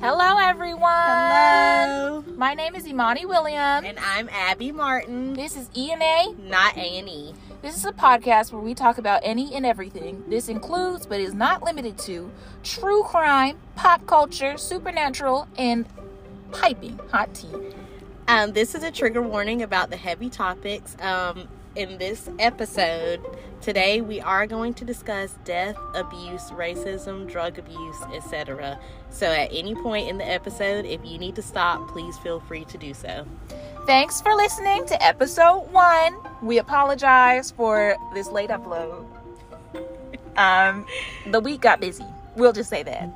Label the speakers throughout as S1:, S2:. S1: Hello, everyone.
S2: Hello.
S1: My name is Imani William.
S2: And I'm Abby Martin,
S1: This is ENA.
S2: not E. A&E.
S1: This is a podcast where we talk about any and everything. This includes, but is not limited to, true crime, pop culture, supernatural, and piping hot tea.
S2: Um, this is a trigger warning about the heavy topics. Um, in this episode, today we are going to discuss death, abuse, racism, drug abuse, etc. So at any point in the episode, if you need to stop, please feel free to do so.
S1: Thanks for listening to episode one. We apologize for this late upload. Um, the week got busy. We'll just say that.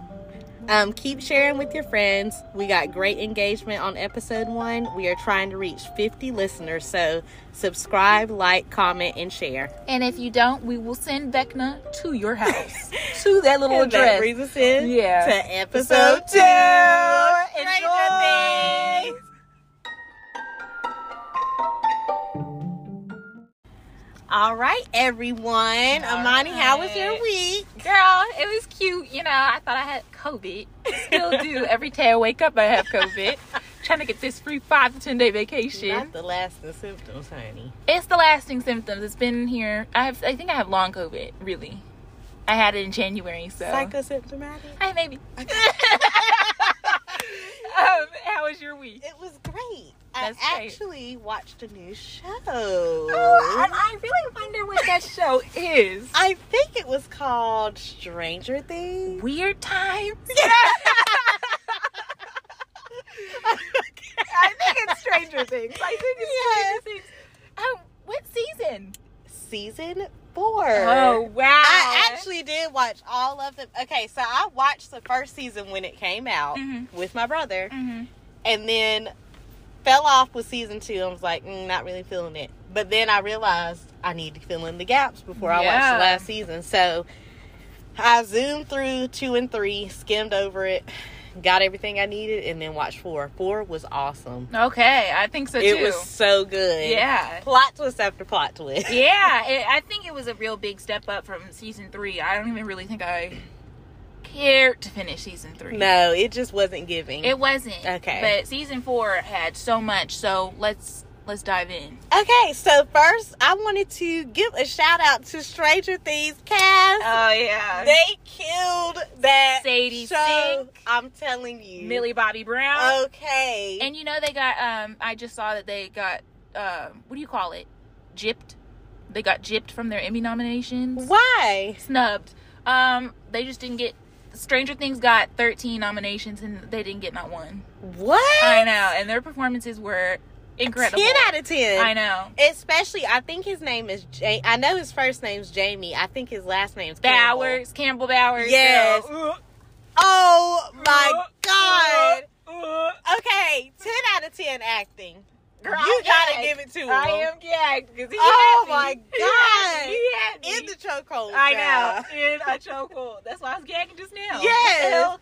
S2: Um, keep sharing with your friends. We got great engagement on episode one. We are trying to reach 50 listeners, so subscribe, like, comment, and share.
S1: And if you don't, we will send Vecna to your house, to that little
S2: And That
S1: address.
S2: brings us in
S1: Yeah.
S2: to episode two.
S1: Enjoy.
S2: Stranger Things. All right, everyone. Amani, how was your
S1: right.
S2: week?
S1: Girl, it was cute. You know, I thought I had COVID. Still do. Every day I wake up, I have COVID. Trying to get this free five to ten day vacation.
S2: Not the lasting symptoms, honey.
S1: It's the lasting symptoms. It's been here. I have. I think I have long COVID. Really, I had it in January. So.
S2: Psychosymptomatic.
S1: Hi, maybe. um, how was your week?
S2: It was great.
S1: That's
S2: I
S1: great. Oh,
S2: actually watched a new show.
S1: I really wonder what that show is.
S2: I think it was called Stranger Things.
S1: Weird times. I think it's Stranger Things. I think it's Stranger Things. Um, what season?
S2: Season four.
S1: Oh, wow!
S2: Uh, I actually did watch all of them. Okay, so I watched the first season when it came out
S1: Mhm.
S2: with my brother,
S1: Mhm.
S2: and then fell off with season two. I was like, mm, not really feeling it. But then I realized I need to fill in the gaps before I watched
S1: Yeah.
S2: the last season. So I zoomed through two and three, skimmed over it, got everything I needed, and then watched four. Four was awesome.
S1: Okay, I think so too.
S2: it was so good.
S1: yeah.
S2: Plot twist after plot twist.
S1: Yeah, it, I think it was a real big step up from season three. I don't even really think I cared to finish season three.
S2: No, it just wasn't giving.
S1: it wasn't.
S2: Okay.
S1: but season four had so much. So let's let's dive in.
S2: Okay, so first I wanted to give a shout out to Stranger Things cast.
S1: Oh, yeah,
S2: they killed that
S1: Uh, Sadie
S2: show.
S1: Sink.
S2: I'm telling you.
S1: Millie Bobby Brown.
S2: Okay.
S1: And you know they got um I just saw that they got um what do you call it? Gypped. They got gypped from their Emmy nominations.
S2: Why?
S1: Snubbed. Um they just didn't get Stranger Things got 13 nominations and they didn't get not one.
S2: What?
S1: I know, and their performances were incredible.
S2: Ten out of ten.
S1: I know.
S2: Especially, I think his name is. Ja- I know his first name's Jamie. I think his last name's Campbell.
S1: Bowers, Campbell Bowers.
S2: Yes.
S1: girl.
S2: Oh
S1: Uh,
S2: my god.
S1: Girl,
S2: Okay, ten out of ten acting.
S1: I
S2: you gotta
S1: gagged.
S2: give it to him.
S1: I am gagged because he
S2: Oh
S1: had me.
S2: my
S1: He had me. He had me.
S2: in the chokehold.
S1: I
S2: child.
S1: know. In a chokehold. That's why I was gagging just now.
S2: Yes.
S1: Hell,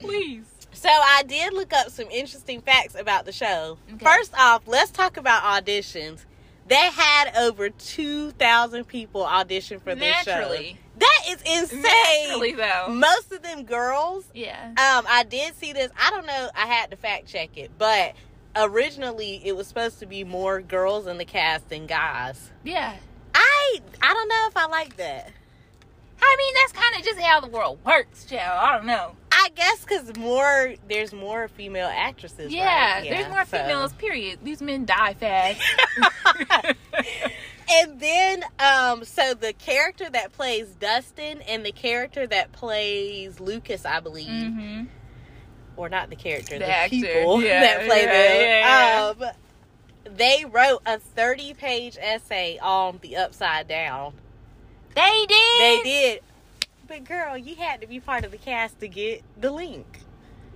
S1: Please.
S2: So I did look up some interesting facts about the show.
S1: Okay.
S2: First off, let's talk about auditions. They had over 2,000 people audition for this
S1: Naturally.
S2: show. That is insane.
S1: Naturally, though.
S2: Most of them girls.
S1: Yeah.
S2: Um, I did see this. I don't know. I had to fact check it, but originally it was supposed to be more girls in the cast than guys.
S1: Yeah.
S2: I I don't know if I like that.
S1: I mean, that's kind of just how the world works, child. I don't know.
S2: I guess because more there's more female actresses.
S1: yeah,
S2: right?
S1: There's more
S2: so-
S1: females, period. These men die fast.
S2: And then, um, so the character that plays Dustin and the character that plays Lucas, I believe,
S1: hmm
S2: or not the character,
S1: The
S2: the,
S1: actor.
S2: people
S1: Yeah,
S2: that play
S1: yeah,
S2: them, um, they wrote a 30 page essay on the Upside Down.
S1: They did.
S2: They did. But girl, you had to be part of the cast to get the link.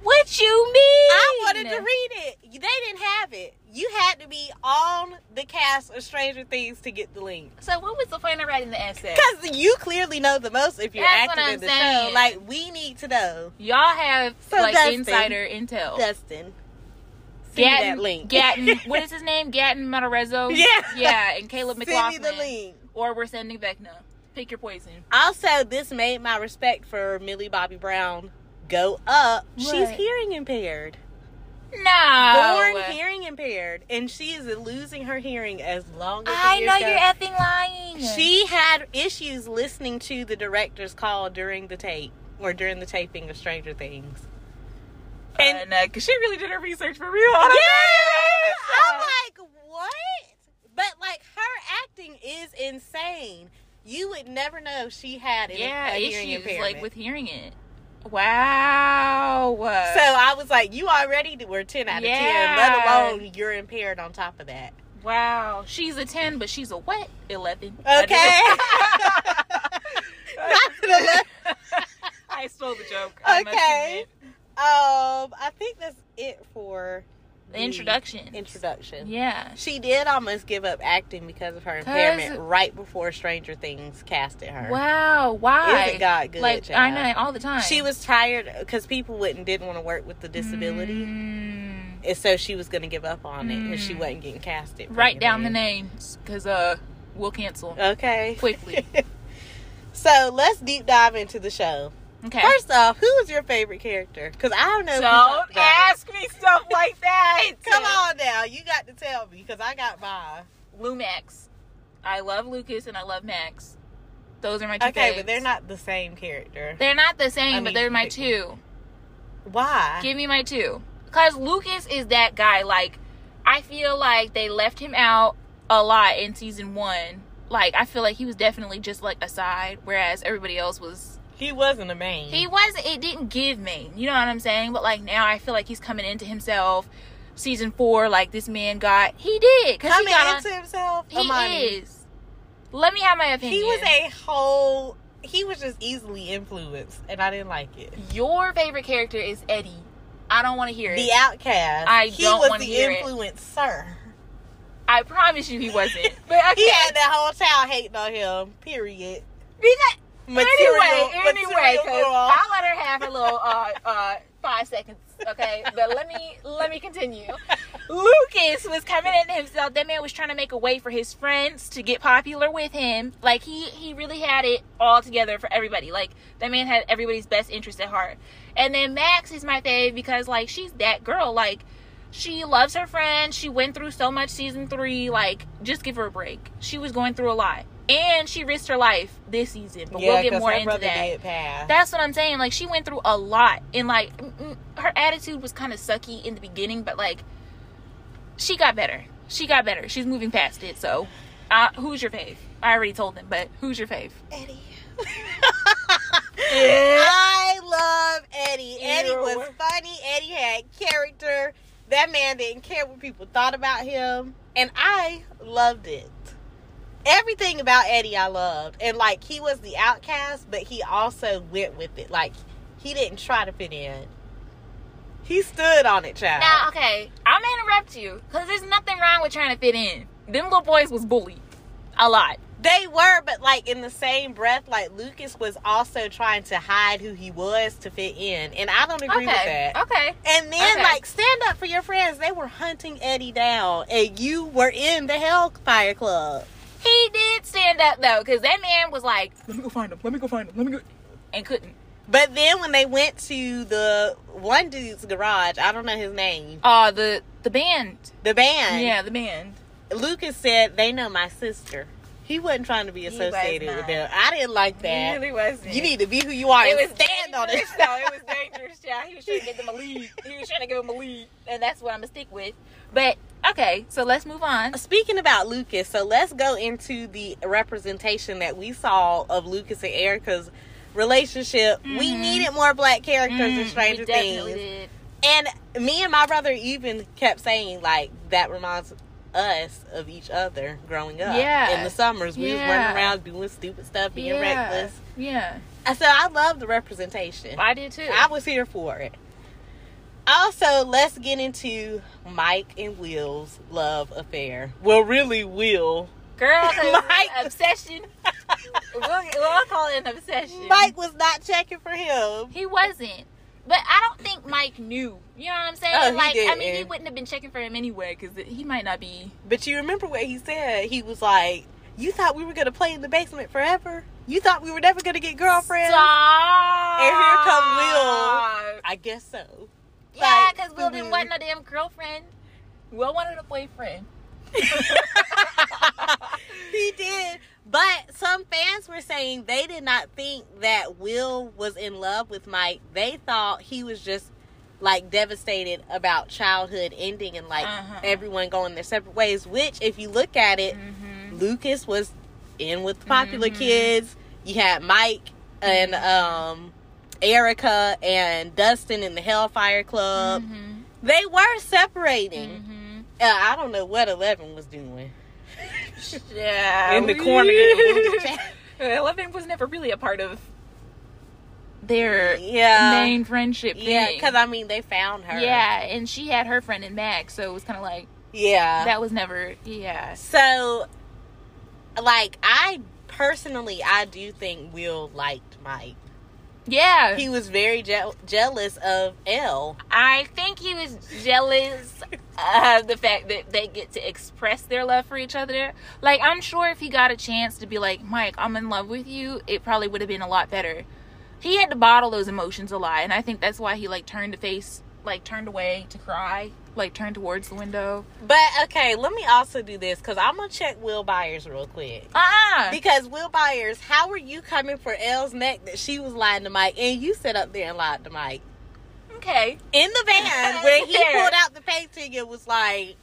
S1: What you mean?
S2: I wanted to read it. They didn't have it. You had to be on the cast of Stranger Things to get the link.
S1: So, what was the point of writing the essay?
S2: Because you clearly know the most if you're
S1: That's what
S2: active
S1: I'm
S2: in the
S1: saying.
S2: show. Like we need to know,
S1: Y'all have
S2: So
S1: like
S2: Dustin-
S1: insider intel.
S2: Dustin. Send me
S1: Gatton,
S2: that link.
S1: Gatton, what is his name? Gatton Matarezzo?
S2: Yeah.
S1: Yeah, and Caleb
S2: Send
S1: McLaughlin.
S2: me the link.
S1: Or we're sending Vecna. Pick your poison.
S2: Also, this made my respect for Millie Bobby Brown go up, she's
S1: Right.
S2: hearing impaired.
S1: No.
S2: Born hearing impaired. And she is losing her hearing as long as the
S1: I
S2: years
S1: know
S2: go.
S1: you're effing lying.
S2: She had issues listening to the director's call during the tape or during the taping of Stranger Things. and-
S1: and uh, 'cause she really did her research for real. on
S2: Yeah! Oh
S1: it.
S2: I'm like, what? But like her acting is insane. You would never know she had an,
S1: yeah,
S2: a hearing
S1: issues
S2: impairment.
S1: like with uh, hearing it. Wow.
S2: so I was like, you already were ten out of ten,
S1: Yeah.
S2: let alone you're impaired on top of that.
S1: wow. She's a ten, but she's a what? Eleven.
S2: Okay.
S1: I stole the joke. I must
S2: Okay.
S1: admit.
S2: um, I think that's it for
S1: The introduction.
S2: Introduction.
S1: yeah.
S2: She did almost give up acting because of her
S1: 'Cause-
S2: impairment right before Stranger Things casted her.
S1: Wow. Why?
S2: Isn't God good?
S1: like I
S2: child?
S1: know all the time.
S2: She was tired because people wouldn't didn't want to work with the disability,
S1: Mm.
S2: and so she was going to give up on it, and she
S1: Mm.
S2: wasn't getting casted. for
S1: Write down the
S2: anything.
S1: names, cause uh, we'll cancel
S2: Okay.
S1: quickly.
S2: So let's deep dive into the show.
S1: Okay.
S2: Uh, First off, who is your favorite character? Because I don't know. if we talked
S1: Don't
S2: about it.
S1: ask me stuff like that.
S2: Come on now, you got to tell me because I got mine.
S1: Lumax. I love Lucas and I love Max. Those are my two.
S2: Okay,
S1: faves.
S2: but they're not the same character.
S1: They're not the same,
S2: I
S1: but
S2: mean,
S1: they're my
S2: they-
S1: two.
S2: Why?
S1: Give me my two. Cause Lucas is that guy. Like, I feel like they left him out a lot in season one. Like, I feel like he was definitely just like aside, whereas everybody else was.
S2: he wasn't a main.
S1: He wasn't. It didn't give me. You know what I'm saying? But like now, I feel like he's coming into himself. Season four, like this man got. He did. Cause he
S2: coming
S1: got on-
S2: into himself.
S1: He
S2: Amani.
S1: is. Let me have my opinion.
S2: He was a whole. He was just easily influenced, and I didn't like it.
S1: Your favorite character is Eddie. I don't want to hear it.
S2: The outcast.
S1: I
S2: he
S1: don't
S2: was
S1: wanna
S2: the
S1: hear it.
S2: influencer.
S1: I promise you, he wasn't. But okay.
S2: He had that whole town hating on him. Period.
S1: Because-
S2: Material,
S1: anyway, anyway,
S2: material
S1: 'cause
S2: girl.
S1: I'll let her have her little uh, uh, five seconds. Okay, but let me let me continue. Lucas was coming into himself. That man was trying to make a way for his friends to get popular with him. Like he he really had it all together for everybody. Like that man had everybody's best interest at heart. And then Max is my fave because like she's that girl. Like she loves her friend. She went through so much season three. Like just give her a break. She was going through a lot. And she risked her life this season, but we'll get
S2: 'cause
S1: more
S2: her
S1: into
S2: brother
S1: that.
S2: Did pass.
S1: That's what I'm saying. Like she went through a lot, and like mm, mm, her attitude was kind of sucky in the beginning, but like she got better. She got better. She's moving past it. So, uh, who's your fave? I already told them, but who's your fave?
S2: Eddie. I love Eddie. Eddie
S1: Ew.
S2: was funny. Eddie had character. That man didn't care what people thought about him. And I loved it. Everything about Eddie I loved. And like he was the outcast, but he also went with it. Like he didn't try to fit in. He stood on it, child.
S1: Now, okay, I'm gonna interrupt you because there's nothing wrong with trying to fit in. Them little boys was bullied a lot.
S2: They were, but like in the same breath, like Lucas was also trying to hide who he was to fit in. And I don't
S1: okay,
S2: agree with that.
S1: okay,
S2: And then,
S1: Okay.
S2: like, stand up for your friends. They were hunting Eddie down, and you were in the Hellfire Club.
S1: he did stand up though because that man was like, "Let me go find him. Let me go find him. Let me go," and couldn't.
S2: But then, when they went to the one dude's garage, I don't know his name,
S1: Uh, the the band.
S2: the band,
S1: Yeah, the band.
S2: Lucas said, They know my sister. He wasn't trying to be
S1: was
S2: associated with
S1: not.
S2: them. I didn't like
S1: It
S2: that.
S1: really wasn't.
S2: You need to be who you are
S1: it
S2: and
S1: was
S2: stand on it.
S1: dangerous, though. It was dangerous, child. He was trying to give them a lead. He was trying to give them a lead, and that's what I'm gonna stick with. But okay, so let's move on.
S2: Speaking about Lucas, so let's go into the representation that we saw of Lucas and Erica's relationship. We
S1: Mhm.
S2: needed more black characters in
S1: Mm,
S2: Stranger
S1: we definitely
S2: Things.
S1: did.
S2: And me and my brother even kept saying like that reminds us of each other growing up.
S1: Yeah.
S2: In the summers, we was
S1: Yeah.
S2: running around doing stupid stuff, being
S1: yeah.
S2: reckless.
S1: Yeah,
S2: I So I love the representation.
S1: I did too.
S2: I was here for it. Also, let's get into Mike and Will's love affair. Well, really, Will.
S1: Girl, 'cause
S2: Mike-
S1: obsession. We'll, we'll call it an obsession.
S2: Mike was not checking for him.
S1: He wasn't. But I don't think Mike knew. You know what I'm saying?
S2: Oh, he
S1: like, I mean,
S2: didn't.
S1: he wouldn't have been checking for him anyway because he might not be.
S2: But you remember what he said? He was like, "You thought we were gonna play in the basement forever. You thought we were never gonna get girlfriends."
S1: Stop.
S2: And here come Will I guess so.
S1: Yeah,
S2: Like,
S1: because Will
S2: mhm.
S1: didn't want no damn girlfriend. Will wanted a boyfriend.
S2: he did. But some fans were saying they did not think that Will was in love with Mike. They thought he was just like devastated about childhood ending and like
S1: Uh-huh.
S2: everyone going their separate ways, which if you look at it,
S1: mm-hmm.
S2: Lucas was in with the popular
S1: Mhm.
S2: kids. You had Mike and
S1: Mm-hmm.
S2: um Erica and Dustin in the Hellfire Club.
S1: mm-hmm.
S2: They were separating.
S1: Mm-hmm.
S2: Uh, I don't know what Eleven was doing.
S1: Yeah.
S2: In the corner in the chat.
S1: Eleven was never really a part of their
S2: Yeah.
S1: main friendship
S2: Yeah,
S1: thing.
S2: because I mean, they found her.
S1: Yeah, and she had her friend in Max, so it was kind of like
S2: Yeah.
S1: that was never. Yeah.
S2: so, like, I personally, I do think Will liked Mike.
S1: Yeah.
S2: He was very je- jealous of Elle.
S1: I think he was jealous of the fact that they get to express their love for each other. Like, I'm sure if he got a chance to be like, Mike, I'm in love with you, it probably would have been a lot better. He had to bottle those emotions a lot, and I think that's why he, like, turned to face, like, turned away to cry, like, turned towards the window.
S2: But okay, let me also do this because I'm gonna check Will Byers real quick.
S1: Ah!
S2: Because Will Byers, how were you coming for Elle's neck that she was lying to Mike and you sat up there and lied to Mike
S1: okay.
S2: in the van where he
S1: Yeah.
S2: pulled out the painting and was like,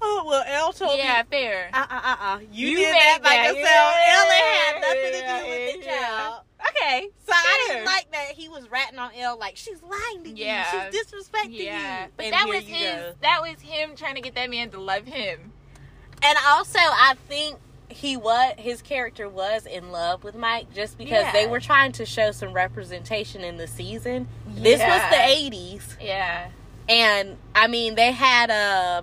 S2: "Oh well, Elle told me
S1: Yeah, fair.
S2: Uh uh uh uh. You,
S1: You
S2: did
S1: made
S2: that by
S1: that.
S2: yourself.
S1: Yeah,
S2: Elle had nothing
S1: yeah,
S2: to do with the
S1: yeah.
S2: child.
S1: Okay.
S2: So I
S1: Sure.
S2: didn't like that he was ratting on Elle like she's lying to you.
S1: Yeah.
S2: She's disrespecting
S1: Yeah.
S2: you.
S1: But
S2: And
S1: that
S2: here
S1: was
S2: you
S1: his,
S2: go.
S1: that was him trying to get that man to love him.
S2: And also I think he was his character was in love with Mike just because
S1: Yeah.
S2: they were trying to show some representation in the season. This was the
S1: Yeah.
S2: eighties.
S1: Yeah.
S2: And I mean they had uh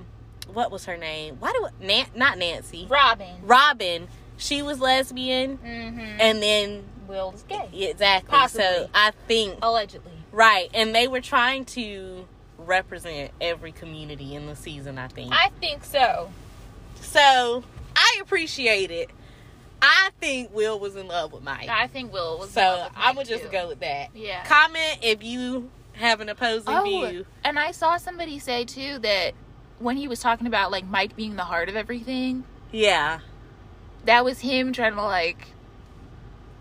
S2: what was her name? Why do Nan- not Nancy.
S1: Robin.
S2: Robin. She was lesbian
S1: Mm-hmm.
S2: and then
S1: Will is gay.
S2: Yeah, Exactly. So
S1: Possibly.
S2: I think
S1: Allegedly.
S2: right, and they were trying to represent every community in the season. I think
S1: I think so.
S2: so. I appreciate it. I think Will was in love with Mike.
S1: I think Will was. in love
S2: so
S1: with
S2: I'm
S1: Mike,
S2: gonna just
S1: too.
S2: go with that.
S1: Yeah.
S2: Comment if you have an opposing
S1: Oh.
S2: view.
S1: And I saw somebody say too that when he was talking about like Mike being the heart of everything,
S2: Yeah,
S1: that was him trying to like,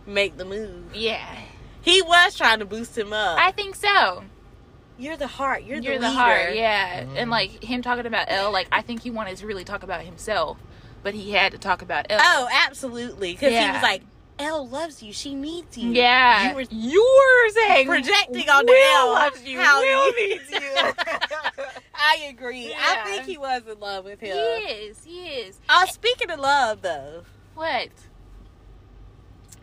S2: make the move.
S1: yeah.
S2: He was trying to boost him up.
S1: I think so.
S2: you're the heart. You're,
S1: You're
S2: the,
S1: the
S2: leader.
S1: heart, yeah.
S2: Mhm.
S1: And like him talking about L, like I think he wanted to really talk about himself, but he had to talk about L.
S2: Oh, absolutely. Because he
S1: Yeah.
S2: was like, Elle loves you. She needs you.
S1: Mm. yeah.
S2: You were
S1: You're saying
S2: projecting on the
S1: Will
S2: L
S1: loves you.
S2: how
S1: Will
S2: you-
S1: needs you.
S2: I agree.
S1: Yeah.
S2: I think he was in love with
S1: he
S2: him.
S1: is. He is.
S2: Uh, speaking of love, though,
S1: What?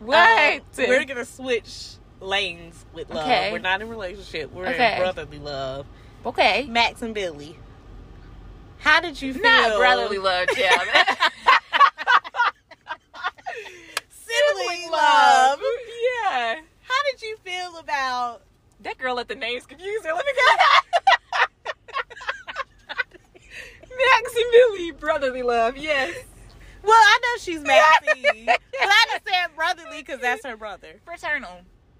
S1: Uh,
S2: um,
S1: What?
S2: we're gonna switch lanes with love.
S1: Okay.
S2: We're not in relationship. We're in
S1: Okay.
S2: brotherly love.
S1: okay.
S2: Max and Billy. How did you feel?
S1: Not brotherly love, yeah.
S2: Sibling love.
S1: Yeah.
S2: How did you feel about?
S1: That girl let the names confuse her. Let me go. Max and Billy, brotherly love, yes.
S2: Well, I know she's Maxie, but I just said brotherly because that's her brother.
S1: Fraternal.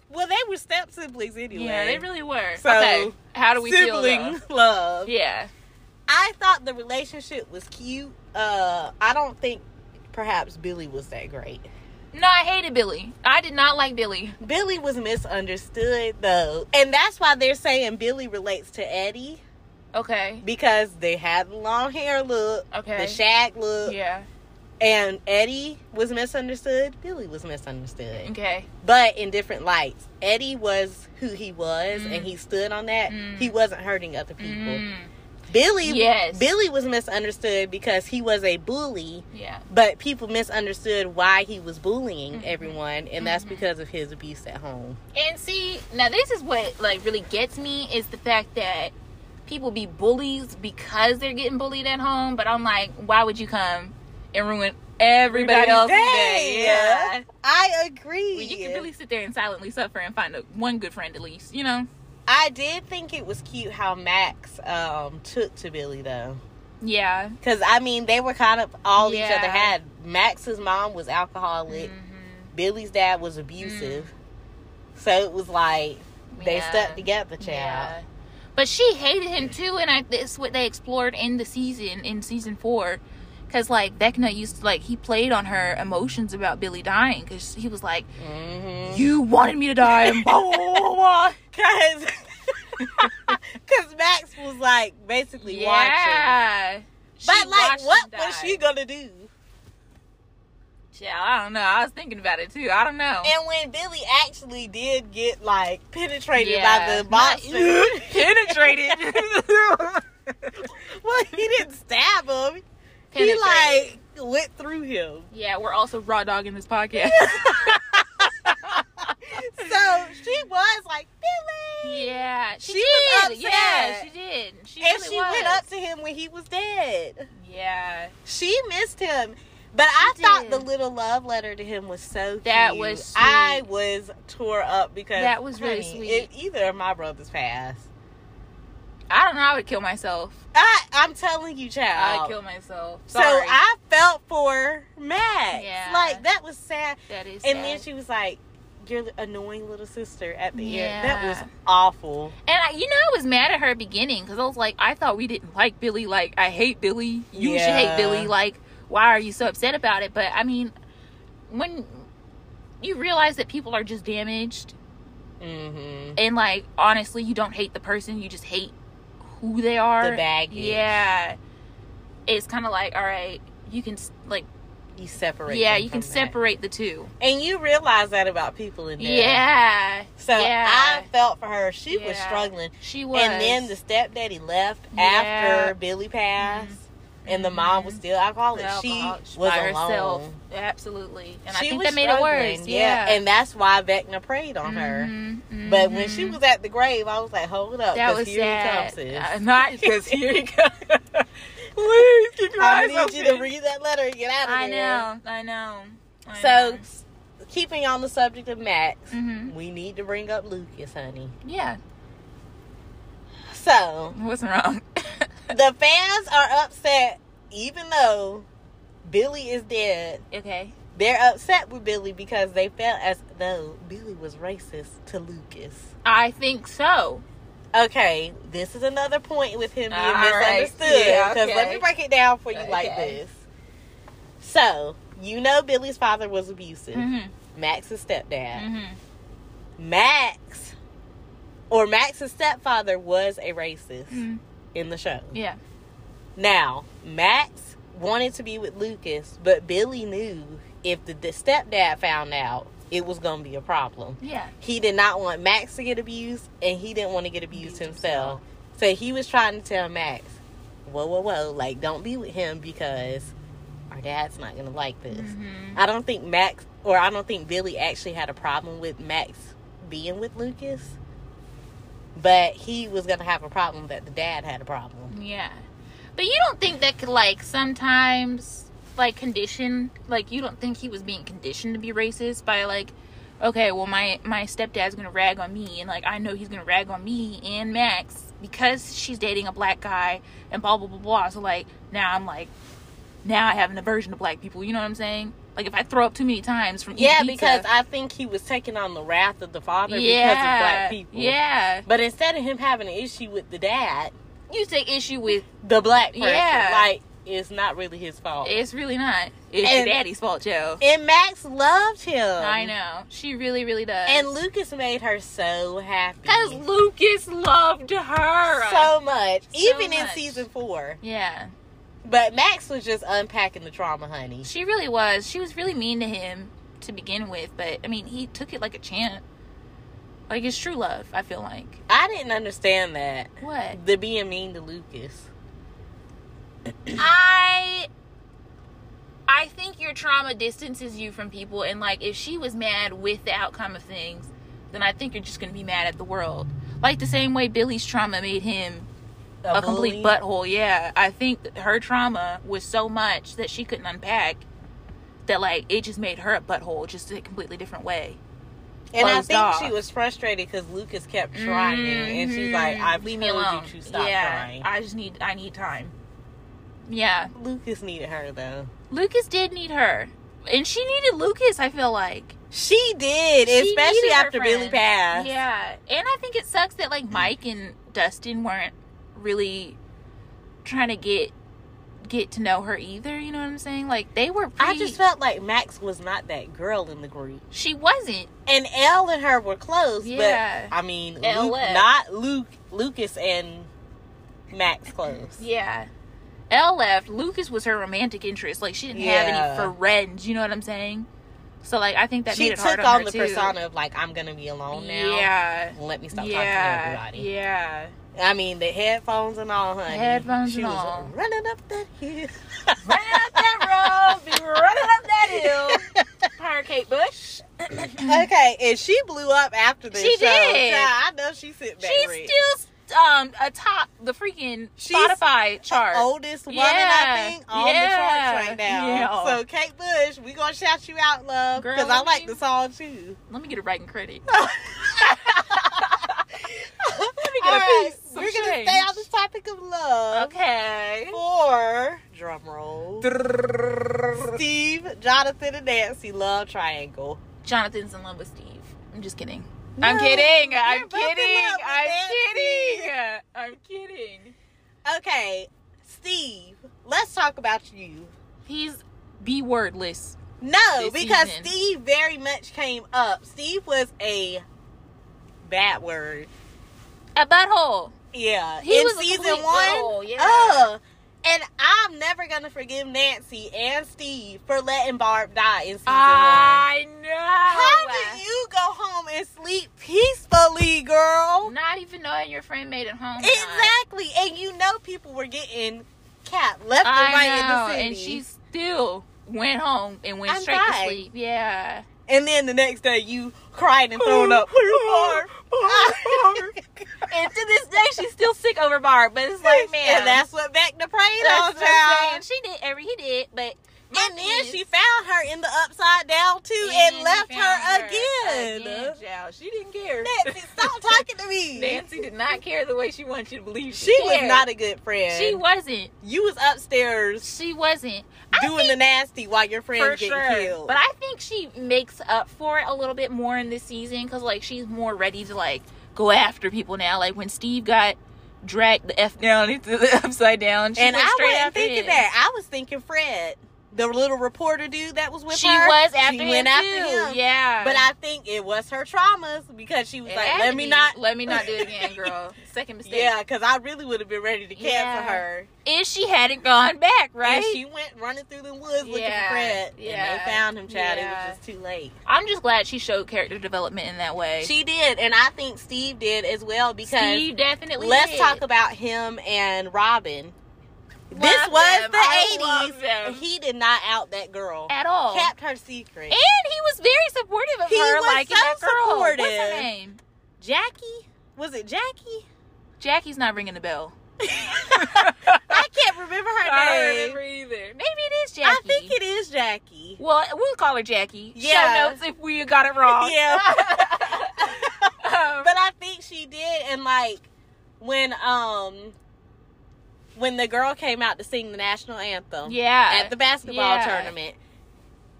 S2: Well, they were step siblings anyway.
S1: Yeah, they really were.
S2: So,
S1: okay. How do we feel?
S2: sibling
S1: though?
S2: love.
S1: Yeah.
S2: I thought the relationship was cute. Uh, I don't think perhaps Billy was that great.
S1: No, I hated Billy. I did not like Billy.
S2: Billy was misunderstood though, and that's why they're saying Billy relates to Eddie
S1: Okay.
S2: because they had the long hair look,
S1: Okay.
S2: the shag look,
S1: yeah.
S2: and Eddie was misunderstood. Billy was misunderstood,
S1: Okay.
S2: but in different lights. Eddie was who he was,
S1: Mm.
S2: and he stood on that.
S1: Mm.
S2: He wasn't hurting other people.
S1: Mm,
S2: Billy,
S1: Yes.
S2: Billy was misunderstood because he was a bully.
S1: yeah.
S2: but people misunderstood why he was bullying
S1: Mhm.
S2: everyone and that's
S1: Mhm.
S2: because of his abuse at home
S1: And see, now this is what like really gets me is the fact that people be bullies because they're getting bullied at home. But I'm like, why would you come and ruin everybody
S2: Everybody's
S1: else's
S2: day,
S1: day?
S2: yeah.
S1: Yeah.
S2: i agree
S1: Well, you can really sit there and silently suffer and find a, one good friend at least, you know?
S2: i did think it was cute how max um took to billy though
S1: Yeah.
S2: because i mean they were kind of all each other
S1: Yeah.
S2: had max's mom was alcoholic
S1: Mhm.
S2: billy's dad was abusive so it was like They
S1: Mm-hmm. Yeah.
S2: stuck together, child.
S1: Yeah. But she hated him too, and I that's what they explored in the season in season four, because like Vecna used to like he played on her emotions about Billy dying, because he was like,
S2: Mhm.
S1: "You wanted me to die," and blah blah blah blah. blah.
S2: Cause, cause Max was like basically watching.
S1: Yeah. She
S2: But like,
S1: watched
S2: what
S1: him
S2: was
S1: die.
S2: she gonna do?
S1: Yeah, I don't know. I was thinking about it too. I don't know.
S2: And when Billy actually did get like penetrated by
S1: Yeah.
S2: the
S1: Not-
S2: monster,
S1: penetrated.
S2: well, he didn't stab him.
S1: Penetrated.
S2: He like went through him.
S1: yeah, we're also raw dogging this podcast.
S2: So she was like Billy,
S1: yeah, she,
S2: She
S1: did.
S2: was
S1: Yeah,
S2: upset.
S1: she did. She
S2: and
S1: really
S2: she
S1: was.
S2: went up to him when he was dead.
S1: Yeah,
S2: She missed him. But I
S1: She
S2: thought
S1: did.
S2: the little love letter to him was so
S1: That
S2: cute.
S1: was sweet.
S2: I was tore up because
S1: That was really
S2: honey,
S1: sweet.
S2: If either of my brothers passed,
S1: I don't know. I would kill myself.
S2: I I'm telling
S1: I
S2: you,
S1: would
S2: child.
S1: kill myself.
S2: Oh. so
S1: Sorry.
S2: I felt for Max.
S1: Yeah.
S2: Like that was sad.
S1: that is.
S2: And then
S1: sad.
S2: she was like, "Your annoying little sister." At the end, that was
S1: Yeah.
S2: awful.
S1: and I, you know, I was mad at her beginning because I was like, I thought we didn't like Billy. Like, I hate Billy. You should
S2: Yeah.
S1: hate Billy. Like, why are you so upset about it? But I mean, when you realize that people are just damaged,
S2: Mm-hmm.
S1: and like honestly, you don't hate the person. You just hate who they are.
S2: The baggage.
S1: Yeah. It's kind of like, all right, you can s- like,
S2: You separate.
S1: yeah,
S2: them
S1: you can
S2: from that.
S1: separate the two.
S2: And you realize that about people in there.
S1: Yeah,
S2: So
S1: Yeah.
S2: I felt for her. She was
S1: Yeah.
S2: struggling.
S1: she was.
S2: And then the stepdaddy left
S1: Yeah.
S2: after Billy passed, and the mom was
S1: Mhm.
S2: still alcoholic. Oh, She
S1: Alcohol-
S2: was
S1: by
S2: alone.
S1: herself. Absolutely. And
S2: she
S1: I think
S2: was
S1: that made it
S2: struggling,
S1: worse. Yeah.
S2: and that's why Vecna preyed on her.
S1: Mhm,
S2: But when she
S1: mhm.
S2: was at the grave, I was like, "Hold up,
S1: that
S2: 'cause
S1: was
S2: here
S1: sad.
S2: he comes."
S1: Uh,
S2: sis.
S1: not because here he comes. Please keep your
S2: I
S1: eyes
S2: need you to
S1: open.
S2: read that letter and get out of
S1: I
S2: there.
S1: know. I know. I
S2: So,
S1: know.
S2: keeping on the subject of Max,
S1: Mhm.
S2: we need to bring up Lucas, honey.
S1: yeah,
S2: So
S1: what's wrong?
S2: the fans are upset, even though Billy is dead.
S1: okay.
S2: They're upset with Billy because they felt as though Billy was racist to Lucas.
S1: I think so.
S2: Okay, this is another point with him being
S1: All right.
S2: misunderstood.
S1: Yeah,
S2: Because let
S1: okay.
S2: me break it down for you like
S1: Okay.
S2: this. So, you know Billy's father was abusive.
S1: Mhm,
S2: Max's stepdad.
S1: mhm.
S2: Max or Max's stepfather was a racist
S1: Mhm.
S2: in the show.
S1: Yeah.
S2: Now, Max wanted to be with Lucas, but Billy knew if the, the stepdad found out, it was going to be a problem.
S1: Yeah.
S2: He did not want Max to get abused, and he didn't want to get abused
S1: Abused
S2: himself. So he was trying to tell Max, whoa, whoa, whoa, like, don't be with him because our dad's not going to like this.
S1: Mhm.
S2: I don't think Max, or I don't think Billy actually had a problem with Max being with Lucas, but he was going to have a problem that the dad had a problem.
S1: Yeah. But you don't think that could like sometimes like condition like you don't think he was being conditioned to be racist by like okay, well my my stepdad's going to rag on me and like I know he's going to rag on me and Max because she's dating a black guy and blah blah blah blah. So like now I'm like now I have an aversion to black people, you know what I'm saying? Like if I throw up too many times from eating
S2: Yeah,
S1: pizza-
S2: because I think he was taking on the wrath of the father because of black people.
S1: Yeah.
S2: But instead of him having an issue with the dad,
S1: You take issue with
S2: the black person,
S1: Yeah.
S2: like, it's not really his fault.
S1: it's really not. It's
S2: And-
S1: your daddy's fault, Joe.
S2: and Max loved him.
S1: I know. She really, really does.
S2: And Lucas made her so happy.
S1: because Lucas loved her.
S2: so much, even in
S1: much.
S2: season four.
S1: yeah,
S2: But Max was just unpacking the trauma, honey.
S1: she really was. She was really mean to him to begin with, but I mean, he took it like a champ. Like it's true love. I feel like
S2: I didn't understand that.
S1: what
S2: The being mean to Lucas.
S1: I. I think your trauma distances you from people, and like if she was mad with the outcome of things, then I think you're just gonna be mad at the world. Like the same way Billy's trauma made him a complete
S2: bully.
S1: butthole. Yeah, I think that her trauma was so much that she couldn't unpack that like it just made her a butthole just a completely different way.
S2: And I
S1: closed
S2: think
S1: off.
S2: she was frustrated because Lucas kept trying, and she's like,
S1: Mhm.
S2: "I've
S1: Leave
S2: told
S1: me alone.
S2: you to stop
S1: yeah,
S2: trying."
S1: I just need I need time. Yeah,
S2: Lucas needed her though.
S1: Lucas did need her, and she needed Lucas. I feel like
S2: She did,
S1: She
S2: especially
S1: needed her
S2: after Billy
S1: friends.
S2: passed.
S1: Yeah, and I think it sucks that like Mike and Dustin weren't really trying to get get to know her either. You know what I'm saying? Like they were. Pretty,
S2: I just felt like Max was not that girl in the group.
S1: she wasn't.
S2: And Elle and her were close,
S1: Yeah.
S2: but I mean,
S1: Elle
S2: Luke,
S1: left.
S2: not Luke, Lucas and Max close.
S1: Yeah. Elle left. Lucas was her romantic interest. Like she didn't have
S2: Yeah.
S1: any friends. You know what I'm saying? So like I think that
S2: she
S1: made it hard
S2: took
S1: on,
S2: on
S1: her
S2: the
S1: too.
S2: persona of like I'm gonna be alone now.
S1: Yeah.
S2: Let me stop
S1: yeah.
S2: talking to everybody.
S1: Yeah.
S2: I mean the headphones and all, honey.
S1: Headphones
S2: she
S1: and
S2: was
S1: all.
S2: running up that hill.
S1: running up that road, be running up that hill. Hire Kate Bush.
S2: okay, and she blew up after this.
S1: She
S2: show.
S1: did.
S2: Child, I know she sit back.
S1: She's
S2: red.
S1: still um atop the freaking
S2: She's
S1: Spotify chart.
S2: oldest woman
S1: Yeah.
S2: I think on
S1: Yeah.
S2: the charts right now.
S1: Yeah.
S2: So Kate Bush, we gonna shout you out, love,
S1: Girl,
S2: because I like
S1: you-
S2: the song too.
S1: Let me get a writing credit.
S2: Let
S1: me get a piece of
S2: We're gonna
S1: change.
S2: stay on the topic of love
S1: Okay.
S2: for drum roll. Steve, Jonathan, and Nancy love triangle.
S1: Jonathan's in love with Steve. I'm just kidding.
S2: No,
S1: I'm kidding.
S2: you're
S1: I'm
S2: both in love
S1: kidding.
S2: with
S1: I'm
S2: Nancy.
S1: kidding. I'm kidding.
S2: Okay, Steve, let's talk about you.
S1: He's B wordless.
S2: No,
S1: This
S2: because
S1: season.
S2: Steve very much came up. Steve was a bad word.
S1: A butthole.
S2: Yeah,
S1: He
S2: in
S1: was a
S2: season
S1: complete
S2: one.
S1: butthole, yeah.
S2: Ugh. and I'm never gonna forgive Nancy and Steve for letting Barb die in season one.
S1: I
S2: How
S1: know.
S2: do you go home and sleep peacefully, girl?
S1: Not even knowing your friend made it home. or not.
S2: Exactly, and you know people were getting cat left and right in
S1: I
S2: the
S1: know.
S2: city.
S1: And she still went home and went
S2: I'm
S1: straight
S2: fine.
S1: to sleep. Yeah.
S2: And then the next day, you cried and thrown up.
S1: Oh,
S2: Barb,
S1: and to this day, she's still sick over Barb. But it's like, man,
S2: and that's what back to prayed on,
S1: that's what I'm saying.
S2: child.
S1: She did every he did, but my
S2: And then
S1: thing
S2: she
S1: is-
S2: found her in the upside down too, and,
S1: he
S2: left her,
S1: found
S2: again.
S1: child. She didn't care.
S2: Nancy, stop talking to me.
S1: Nancy did not care the way she wanted you to believe.
S2: She was
S1: cared.
S2: not a good friend.
S1: She wasn't.
S2: you was upstairs
S1: She wasn't.
S2: doing the nasty while your friends get killed.
S1: But I think she makes up for it a little bit more in this season because like she's more ready to like go after people now. Like when Steve got dragged the f down into the upside down, she
S2: and
S1: went
S2: I
S1: straight
S2: wasn't
S1: after
S2: thinking
S1: him.
S2: that. I was thinking Fred, the little reporter dude that was with
S1: she
S2: her.
S1: was after
S2: she
S1: him
S2: went after
S1: too.
S2: him.
S1: Yeah,
S2: But I think it was her traumas because she was
S1: It
S2: like,
S1: had
S2: "Let
S1: to
S2: me
S1: be.
S2: not."
S1: let me not do it again, girl. Second mistake.
S2: Yeah, because I really would have been ready to cancel
S1: Yeah.
S2: her.
S1: if she hadn't gone back, right?
S2: And she went running through the woods looking for
S1: Yeah,
S2: Fred, and
S1: yeah,
S2: they found him. Chad,
S1: yeah.
S2: it was just too late.
S1: I'm just glad she showed character development in that way.
S2: She did, and I think Steve did as well because
S1: Steve definitely.
S2: let's
S1: did.
S2: talk about him and Robin.
S1: Love
S2: this was
S1: them.
S2: the
S1: I love them.
S2: '80s. He did not out that girl.
S1: at all.
S2: Kept her secret.
S1: And he was very supportive of
S2: He
S1: her,
S2: was
S1: like in
S2: so
S1: that girl. What's her
S2: supportive.
S1: name?
S2: Jackie was it Jackie?
S1: Jackie's not ringing the bell.
S2: I can't remember her name.
S1: either. Maybe it is Jackie.
S2: I think it is Jackie.
S1: Well, we'll call her Jackie.
S2: Yeah.
S1: Show notes if we got it wrong.
S2: Yeah.
S1: Um,
S2: But I think she did, and like when um when the girl came out to sing the national anthem
S1: yeah.
S2: at the basketball
S1: Yeah.
S2: tournament,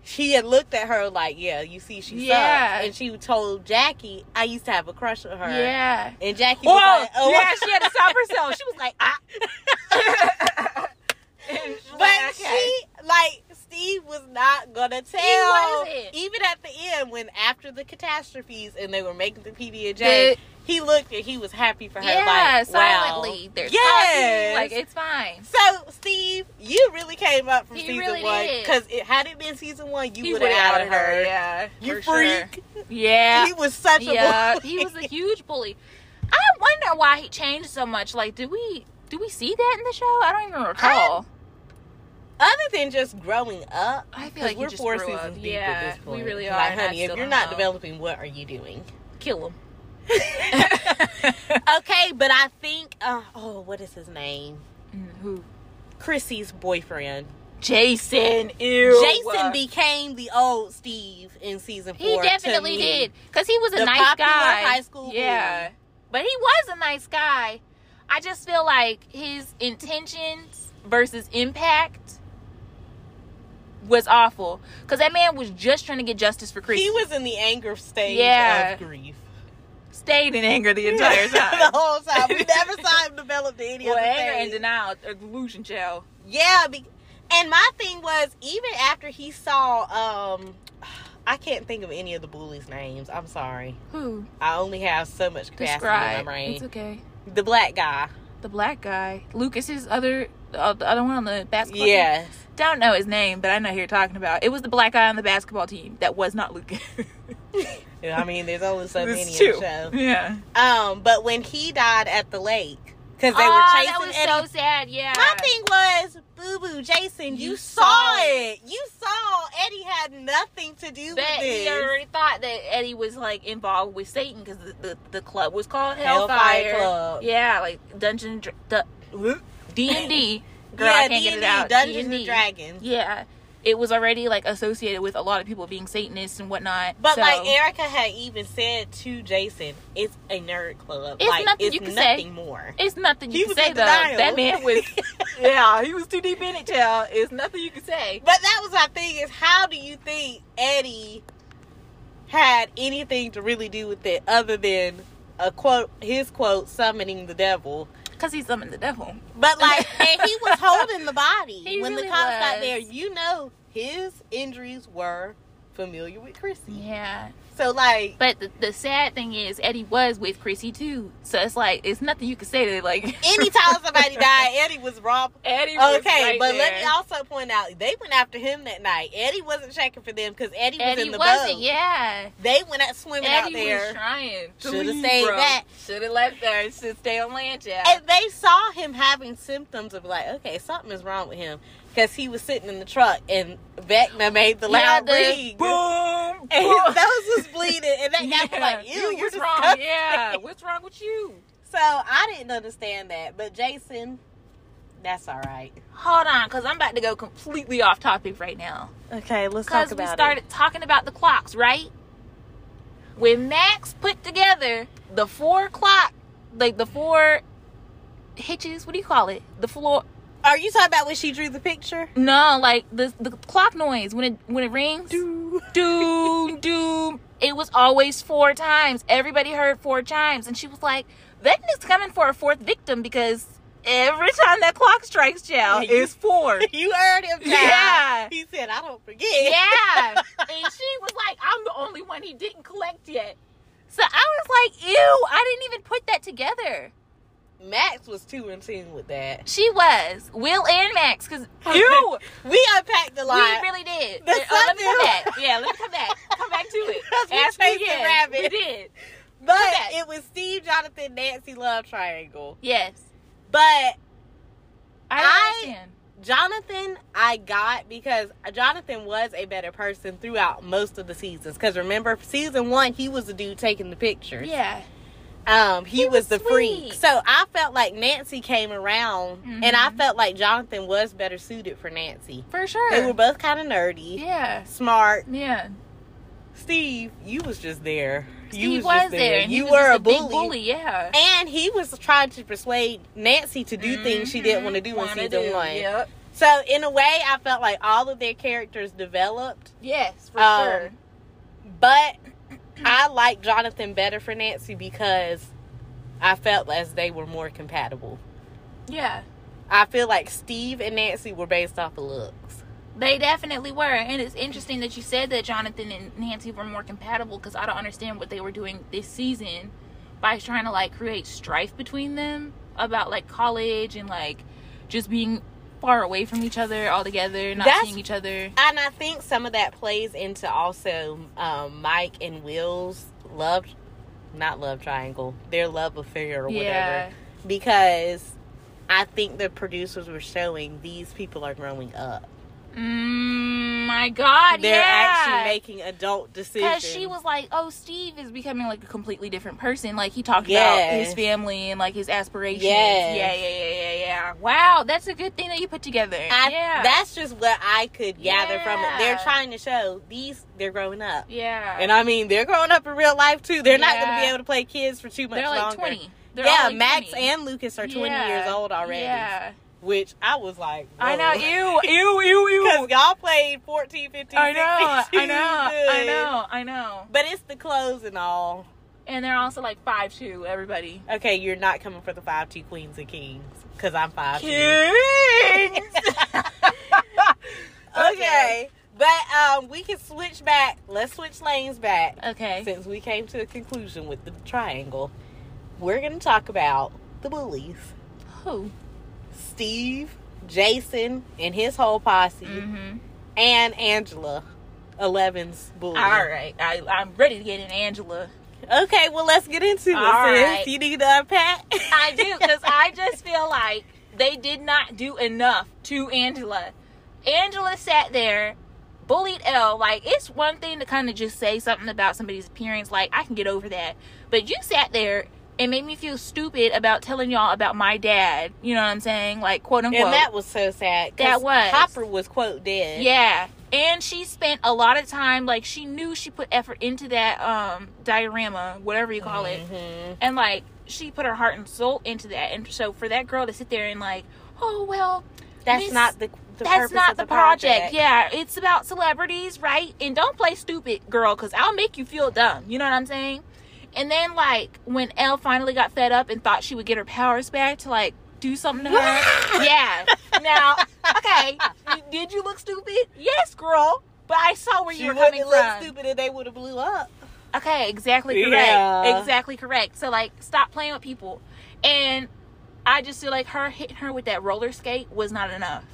S2: she had looked at her like, "Yeah, you see, she
S1: Yeah.
S2: sucks," and she told Jackie, "I used to have a crush on her."
S1: Yeah.
S2: And Jackie
S1: Whoa!
S2: was like, "Oh,
S1: yeah, she had to stop herself. She was like, ah. And she was
S2: But
S1: like, okay.
S2: she like Steve was not gonna tell.
S1: wasn't.
S2: Even at the end, when after the catastrophes and they were making the PB and J,
S1: The-
S2: he looked and he was happy for her.
S1: yeah,
S2: like,
S1: silently.
S2: Wow.
S1: There's
S2: Yes.
S1: talking, like it's fine.
S2: So Steve, you really came up from
S1: He
S2: season
S1: really
S2: one
S1: did.
S2: because it had it been season one, you
S1: He
S2: would
S1: would've
S2: have outed
S1: outed
S2: her.
S1: Yeah,
S2: You
S1: for sure.
S2: freak!
S1: Yeah,
S2: He was such a
S1: yeah.
S2: bully.
S1: He was a huge bully. I wonder why he changed so much. Like, do we do we see that in the show? I don't even recall.
S2: Other than just growing up,
S1: I, feel
S2: 'cause
S1: like
S2: we're
S1: he just
S2: four
S1: grew
S2: seasons
S1: up.
S2: deep
S1: Yeah,
S2: at this point.
S1: we really are.
S2: Like,
S1: and I
S2: honey, if
S1: still
S2: you're
S1: don't
S2: not
S1: know.
S2: developing, what are you doing?
S1: kill him.
S2: okay, but I think uh, oh, what is his name?
S1: Who?
S2: Chrissy's boyfriend.
S1: Jason. Ew.
S2: Jason became the old Steve in season four.
S1: He
S2: to
S1: definitely
S2: me.
S1: did because he was a
S2: The
S1: nice
S2: popular
S1: guy.
S2: high school
S1: yeah,
S2: bully.
S1: but he was a nice guy. I just feel like his intentions versus impact was awful because that man was just trying to get justice for Chrissy.
S2: He was in the anger stage
S1: Yeah.
S2: of grief.
S1: stayed in anger the entire
S2: the
S1: time.
S2: whole time. We never saw him develop to any
S1: well,
S2: other
S1: anger
S2: thing.
S1: and denial or delusion, child.
S2: Yeah, be- and my thing was even after he saw um I can't think of any of the bullies' names. I'm sorry.
S1: Who?
S2: I only have so much capacity in my
S1: Describe.
S2: brain.
S1: It's okay.
S2: the black guy.
S1: The black guy, Lucas, his other, uh, the other one on the basketball. team.
S2: Yes.
S1: Don't know his name, but I know who you're talking about. It was the black guy on the basketball team that was not Lucas.
S2: I mean, there's only so
S1: There's
S2: many
S1: two.
S2: in the show.
S1: Yeah.
S2: Um, but when he died at the lake, because they
S1: oh,
S2: were chasing
S1: that was
S2: Eddie.
S1: so sad. Yeah.
S2: my thing was, Boo Boo, Jason, you,
S1: You
S2: saw,
S1: saw
S2: it. You saw Eddie had nothing to do
S1: that
S2: with this.
S1: he already thought that Eddie was like involved with Satan because the, the the club was called
S2: Hellfire
S1: Hellfire.
S2: Club.
S1: Yeah, like Dungeon D and D. Girl,
S2: yeah,
S1: I can't
S2: D&D,
S1: get it out.
S2: Dungeons
S1: D&D.
S2: and Dragons.
S1: Yeah, it was already like associated with a lot of people being Satanists and whatnot.
S2: But
S1: so-
S2: like Erica had even said to Jason, it's a nerd club.
S1: It's
S2: like,
S1: nothing
S2: it's
S1: you can say.
S2: nothing more.
S1: it's nothing
S2: He
S1: you
S2: was
S1: can
S2: in
S1: say though.
S2: denial.
S1: That man was. yeah, he was too deep in it, child. It's nothing you can say.
S2: But that was my thing is how do you think Eddie had anything to really do with it other than a quote his quote summoning the devil.
S1: Because he summoned the devil.
S2: But like and he was holding the body
S1: He
S2: when the
S1: really
S2: cops got
S1: was.
S2: there. You know his injuries were familiar with Chrissy.
S1: Yeah.
S2: So like
S1: But the, the sad thing is, Eddie was with Chrissy too. So it's like, it's nothing you can say to like.
S2: anytime somebody died, Eddie was robbed
S1: Eddie was
S2: Okay,
S1: right
S2: but let
S1: there.
S2: me also point out they went after him that night. Eddie wasn't checking for them because Eddie was
S1: Eddie
S2: in the
S1: wasn't,
S2: boat.
S1: yeah.
S2: They went out swimming out
S1: Eddie was
S2: there,
S1: trying.
S2: Shoulda stayed back.
S1: Should have left her. Should stay on land, child.
S2: and they saw him having symptoms of like, okay, something is wrong with him because he was sitting in the truck and Vecna made the
S1: Yeah,
S2: loud
S1: the
S2: ring,
S1: boom.
S2: and
S1: boom.
S2: his nose was bleeding, and that guy was
S1: Yeah.
S2: like, ew,
S1: You
S2: you're
S1: was
S2: just
S1: wrong.
S2: wrong.
S1: Yeah, what's wrong with you?
S2: So I didn't understand that, but Jason, that's all right.
S1: Hold on, because I'm about to go completely off topic right now.
S2: Okay, let's
S1: Because we started talking about the clocks, right? When Max put together the four clock, like the four hitches, what do you call it? The floor?
S2: Are you talking about when she drew the picture?
S1: No, like the the clock noise when it when it rings. doom, doom. It was always four times. Everybody heard four chimes, and she was like, "Vecna's coming for a fourth victim because every time that clock strikes, child,
S2: Yeah, you-
S1: it's four.
S2: You heard him. Child.
S1: Yeah.
S2: He said, I don't forget.
S1: yeah." And she was like, "I'm the only one he didn't collect yet." So I was like, "Ew, I didn't even put that together."
S2: Max was too in tune with that.
S1: She was Will and Max because
S2: Ew. We unpacked a
S1: We
S2: lot.
S1: really did.
S2: The
S1: Uh, let me come
S2: subject-
S1: back. Yeah, let me come back. Come back to it.
S2: 'Cause we
S1: Ask me
S2: chased the
S1: again.
S2: rabbit.
S1: We did.
S2: but
S1: back.
S2: it was Steve, Jonathan, Nancy love triangle.
S1: Yes.
S2: But
S1: I don't
S2: I-
S1: understand.
S2: Jonathan, I got because Jonathan was a better person throughout most of the seasons. Because remember, season one, he was the dude taking the pictures.
S1: Yeah.
S2: Um, he,
S1: He
S2: was,
S1: was
S2: the freak.
S1: sweet.
S2: So I felt like Nancy came around, and I
S1: Mhm.
S2: felt like Jonathan was better suited for Nancy.
S1: For sure.
S2: They were both kind of nerdy,
S1: yeah.
S2: smart,
S1: Yeah.
S2: Steve, you was just there. you
S1: Steve
S2: was, just there.
S1: and he
S2: You
S1: was
S2: were
S1: just
S2: a bully.
S1: big bully. Yeah.
S2: And he was trying to persuade Nancy to do things she didn't want to do in
S1: Mm-hmm. Wanna
S2: season
S1: do,
S2: one.
S1: Yep.
S2: So in a way, I felt like all of their characters developed,
S1: Yes, for
S2: Um,
S1: sure.
S2: but I liked Jonathan better for Nancy because I felt as they were more compatible.
S1: Yeah.
S2: I feel like Steve and Nancy were based off of looks.
S1: They definitely were. And it's interesting that you said that Jonathan and Nancy were more compatible because I don't understand what they were doing this season by trying to like create strife between them about like college and like just being far away from each other altogether, not
S2: That's-
S1: seeing each other.
S2: And I think some of that plays into also um, Mike and Will's love, not love triangle, their love affair or
S1: Yeah.
S2: whatever. Because I think the producers were showing these people are growing up.
S1: Mm, my God.
S2: They're
S1: yeah.
S2: actually making adult decisions.
S1: Because she was like, oh, Steve is becoming like a completely different person. Like he talked about
S2: Yes.
S1: his family and like his aspirations.
S2: Yes.
S1: Yeah, yeah, yeah, yeah, yeah. Wow, that's a good thing that you put together.
S2: I,
S1: yeah.
S2: That's just what I could gather from it. They're
S1: Yeah.
S2: trying to show these, they're growing up.
S1: yeah.
S2: And I mean, they're growing up in real life too. They're not going to be
S1: Yeah.
S2: able to play kids for too much
S1: They're like
S2: longer.
S1: 20. They're all
S2: yeah,
S1: like
S2: Max
S1: 20.
S2: and Lucas are 20
S1: Yeah.
S2: years old already.
S1: Yeah.
S2: which I was like,
S1: I know.
S2: whoa.
S1: Ew, ew, ew, ew.
S2: Because y'all played 14, 15,
S1: I know. I
S2: 16,
S1: know. I
S2: good.
S1: know. I know.
S2: But it's the clothes and all.
S1: And they're also like five two. Everybody.
S2: Okay, you're not coming for the 5'2 queens and kings. Because I'm 5'2.
S1: Kings.
S2: Okay. But um, we can switch back. Let's switch lanes back.
S1: Okay.
S2: Since we came to a conclusion with the triangle, we're going to talk about the bullies.
S1: Who?
S2: Steve, Jason, and his whole posse,
S1: Mm-hmm.
S2: and Angela, Eleven's bully.
S1: All right. I, I'm ready to get in Angela.
S2: Okay, well let's get into it.
S1: All
S2: sis.
S1: right.
S2: You need to unpack.
S1: I do because I just feel like they did not do enough to Angela. Angela sat there, bullied L. Like it's one thing to kind of just say something about somebody's appearance. Like I can get over that, but you sat there and made me feel stupid about telling y'all about my dad. You know what I'm saying? Like quote unquote.
S2: and that was so sad. 'cause
S1: That was.
S2: Hopper was quote dead.
S1: Yeah. And she spent a lot of time like she knew she put effort into that um diorama, whatever you call it.
S2: Mhm.
S1: And like she put her heart and soul into that. And so for that girl to sit there and like, "Oh, well,
S2: That's
S1: Miss-
S2: not the, the
S1: that's
S2: purpose
S1: not
S2: of
S1: the project. Yeah, it's about celebrities, right? And don't play stupid, girl, because I'll make you feel dumb. You know what I'm saying? And then, like, when Elle finally got fed up and thought she would get her powers back to, like, do something to her. yeah. Now, okay, you- did you look stupid? Yes, girl. But I saw where
S2: She
S1: you were
S2: wouldn't
S1: coming
S2: look
S1: from.
S2: stupid and they would have blew up.
S1: Okay, exactly correct.
S2: Yeah.
S1: Exactly correct. So like stop playing with people. And I just feel like her hitting her with that roller skate was not enough.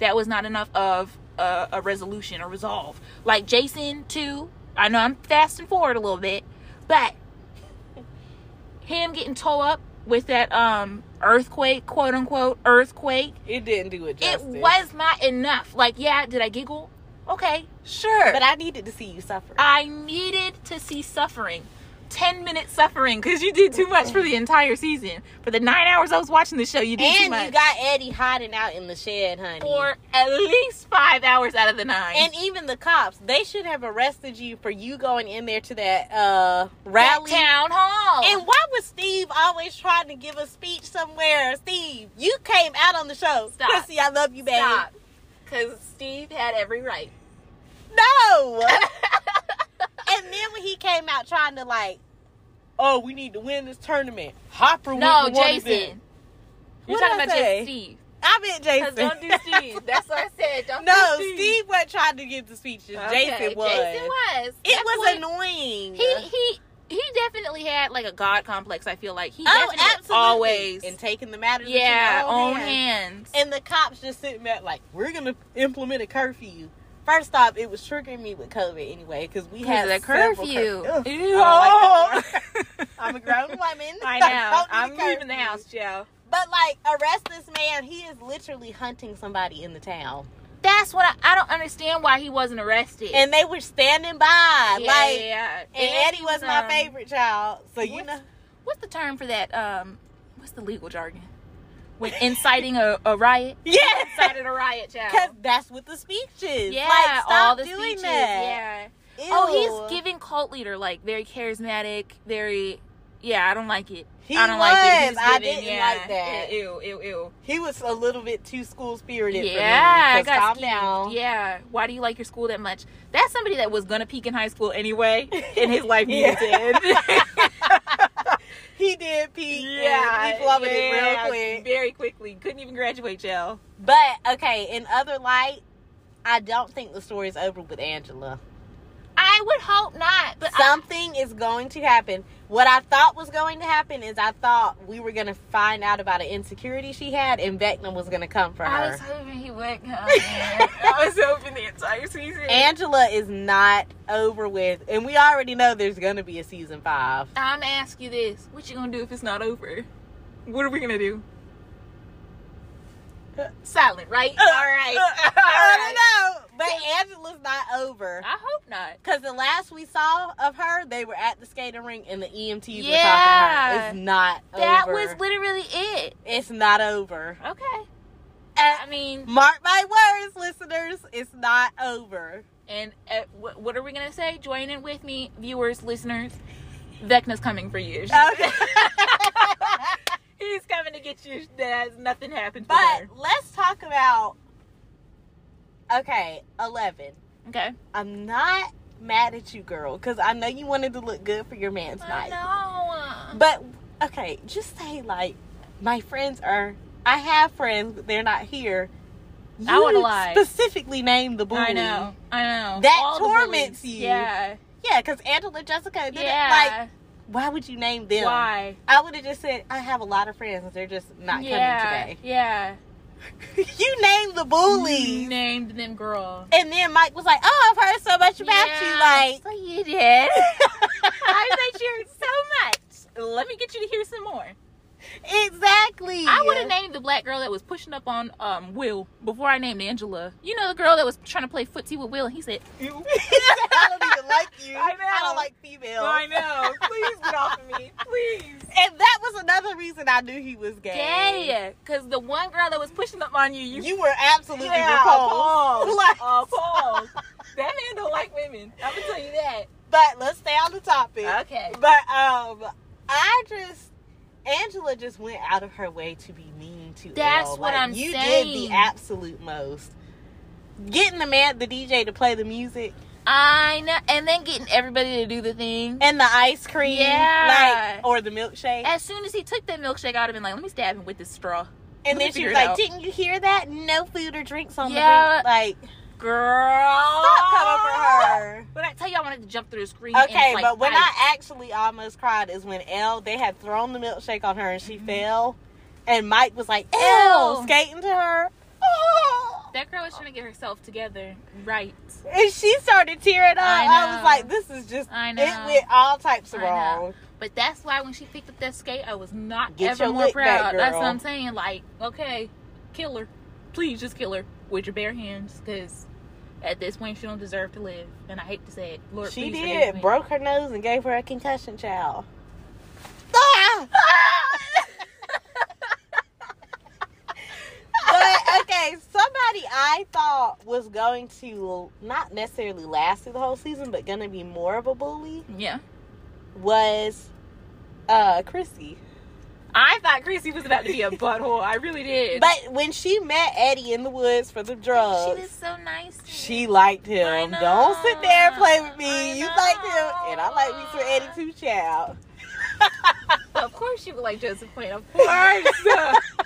S1: That was not enough of a, a resolution, a resolve. Like Jason too. I know I'm fasting forward a little bit, but him getting tore up with that um earthquake, quote unquote earthquake,
S2: It didn't do it justice.
S1: it was not enough. Like yeah, did I giggle? Okay, sure.
S2: But I needed to see you suffer.
S1: I needed to see suffering. 10 minute suffering because you did too much for the entire season. For the nine hours I was watching the show, you did too
S2: and
S1: much.
S2: you got Eddie hiding out in the shed, honey.
S1: for at least five hours out of the nine.
S2: and even the cops, they should have arrested you for you going in there to that uh rally.
S1: That town hall.
S2: And why was Steve always trying to give a speech somewhere? Steve, you came out on the show.
S1: Stop.
S2: Chrissy, I love you, babe.
S1: stop. Because Steve had every right.
S2: No. and then when he came out trying to like, oh, we need to win this tournament. Hopper,
S1: No,
S2: wouldn't want to do-
S1: Jason. You're
S2: What
S1: talking
S2: did I
S1: about
S2: say?
S1: just Steve.
S2: I meant Jason.
S1: Because don't do Steve. That's what I said. Don't
S2: no,
S1: do Steve.
S2: Steve wasn't trying to give the speeches.
S1: Okay,
S2: Jason was.
S1: Jason was.
S2: It
S1: That
S2: was
S1: boy-
S2: annoying.
S1: He, he, he definitely had like a God complex, I feel like. He
S2: oh,
S1: definitely
S2: absolutely.
S1: always.
S2: and taking the matters
S1: Yeah,
S2: into your own
S1: on
S2: hands.
S1: hands.
S2: And the cops just sitting back like, we're gonna implement a curfew. First off, it was triggering me with COVID anyway because we had
S1: a
S2: several
S1: curfew.
S2: cur- Ugh, I
S1: Ew.
S2: don't like that word. I'm a grown woman.
S1: I know.
S2: don't
S1: I'm
S2: need a
S1: leaving the
S2: curfew.
S1: house, Joe.
S2: But like, arrest this man. He is literally hunting somebody in the town,
S1: That's what I, I don't understand why he wasn't arrested.
S2: and they were standing by.
S1: yeah,
S2: like,
S1: yeah, yeah.
S2: and Eddie
S1: he
S2: was my
S1: um,
S2: favorite child. So you
S1: what's-
S2: know,
S1: What's the term for that? Um, what's the legal jargon? When inciting a, a riot.
S2: yes,
S1: Incited a riot,
S2: because
S1: child.
S2: that's what the speech is.
S1: Yeah,
S2: like, stop
S1: all the
S2: doing
S1: speeches.
S2: that.
S1: Yeah.
S2: Yeah.
S1: Oh, he's giving cult leader like very charismatic, very. Yeah, I don't like it.
S2: He
S1: I don't
S2: was.
S1: like it. He's
S2: I
S1: giving-
S2: didn't
S1: yeah.
S2: like that.
S1: Ew, ew, ew.
S2: He was a little bit too school spirited
S1: Yeah,
S2: for
S1: I
S2: me. 'cause
S1: got
S2: calm
S1: skeeved.
S2: down.
S1: Yeah. Why do you like your school that much? That's somebody that was gonna peak in high school anyway, and his life needed
S2: Yeah.
S1: it.
S2: He did peak. Yeah, he plummeted
S1: yeah,
S2: real quick.
S1: very quickly. Couldn't even graduate, Jill.
S2: But okay, in other light, I don't think the story's over with Angela.
S1: I would hope not, but I-
S2: Something is going to happen. What I thought was going to happen is I thought we were going to find out about an insecurity she had, and Vecna was going to come for
S1: I,
S2: her.
S1: was hoping he would come. I was hoping the entire season.
S2: Angela is not over with, and we already know there's going to be a season five.
S1: I'm gonna ask you this: What you gonna do if it's not over? What are we gonna do? Silent, right?
S2: Uh,
S1: All right. All right.
S2: I don't know, but Angela's not over.
S1: I hope not.
S2: Cause the last we saw of her, they were at the skating rink and the EMTs were talking to
S1: Yeah.
S2: her. It's not
S1: That
S2: over.
S1: was literally it.
S2: it's not over.
S1: Okay.
S2: And
S1: I mean,
S2: mark my words, listeners, it's not over.
S1: and uh, wh- what are we gonna say? Join in with me, viewers, listeners. Vecna's coming for you.
S2: Okay.
S1: He's coming to get She, that has nothing happened. to
S2: But
S1: her.
S2: let's talk about. Okay, eleven.
S1: okay.
S2: I'm not mad at you, girl, because I know you wanted to look good for your man's
S1: I
S2: night.
S1: know.
S2: But okay, just say like, my friends are. I have friends, but they're not here. You
S1: I wanna lie.
S2: Specifically name the bully.
S1: I know. I know.
S2: That
S1: the
S2: torments
S1: bullies.
S2: you.
S1: Yeah.
S2: Yeah, because Angela Jessica did it.
S1: yeah.
S2: Like, why would you name them?
S1: Why?
S2: I would have just said, I have a lot of friends, they're just not
S1: yeah.
S2: coming
S1: Yeah.
S2: today. you named the bullies.
S1: You named them girl.
S2: And then Mike was like, "Oh, I've heard so much about
S1: Yeah.
S2: you." Like,
S1: So you did. I
S2: I
S1: bet you heard so much. Let me get you to hear some more.
S2: exactly.
S1: I would have named the black girl that was pushing up on um Will before I named Angela. You know the girl that was trying to play footsie with Will, and he said,
S2: named. I don't even like you.
S1: I know.
S2: I don't like females.
S1: know. Please get off of me, please."
S2: And that was another reason I knew he was gay.
S1: Gay, cause the one girl that was pushing up on you, you,
S2: You were absolutely
S1: yeah,
S2: repulsed. Like,
S1: appalled. That man don't like women. I'm gonna tell you that.
S2: but let's stay on the topic.
S1: Okay.
S2: But um, I just Angela just went out of her way to be mean to.
S1: That's
S2: Elle.
S1: what
S2: Like,
S1: I'm
S2: you did
S1: saying.
S2: the absolute most. Getting the man, the DJ, to play the music
S1: I know, and then getting everybody to do the thing.
S2: and the ice cream,
S1: Yeah.
S2: like or the milkshake,
S1: As soon as he took that milkshake, I'd have been like, "Let me stab him with this straw." let
S2: and then
S1: me
S2: she
S1: figure
S2: was
S1: it
S2: like,
S1: out.
S2: "Didn't you hear that? No food or drinks on
S1: Yeah.
S2: the drink. Like,
S1: Girl,
S2: stop coming for her."
S1: But I tell you, I wanted to jump through the screen. and
S2: Okay,
S1: like,
S2: but when
S1: fight.
S2: I actually almost cried is when Elle they had thrown the milkshake on her and
S1: Mm-hmm.
S2: she fell, and Mike was like, "Elle,"
S1: Elle.
S2: skating to her, "Oh."
S1: that girl was trying to get herself together, right?
S2: and she started tearing up.
S1: I
S2: I, was
S1: know.
S2: like, "This is just
S1: I
S2: it
S1: know.
S2: went all types of
S1: I know.
S2: wrong."
S1: But that's why when she picked up that skate, I was not
S2: Get your
S1: ever more
S2: lick back,
S1: proud. That's what
S2: girl.
S1: I'm saying. Like, okay, kill her, please, just kill her with your bare hands, because at this point she don't deserve to live. And I hate to say it, Lord,
S2: she
S1: please
S2: did
S1: forgive me.
S2: broke her nose and gave her a concussion, child.
S1: Ah!
S2: but okay, somebody I thought was going to not necessarily last through the whole season, but gonna be more of a bully
S1: Yeah,
S2: was uh Chrissy.
S1: I thought Chrissy was about to be a butthole. I really did.
S2: But when she met Eddie in the woods for the drugs,
S1: she was so nice. to me.
S2: she liked
S1: I
S2: him.
S1: know.
S2: Don't sit there and play with me.
S1: I
S2: you
S1: know.
S2: liked him, and I like me some Eddie too, child.
S1: of course, she would like Josephine. Of course,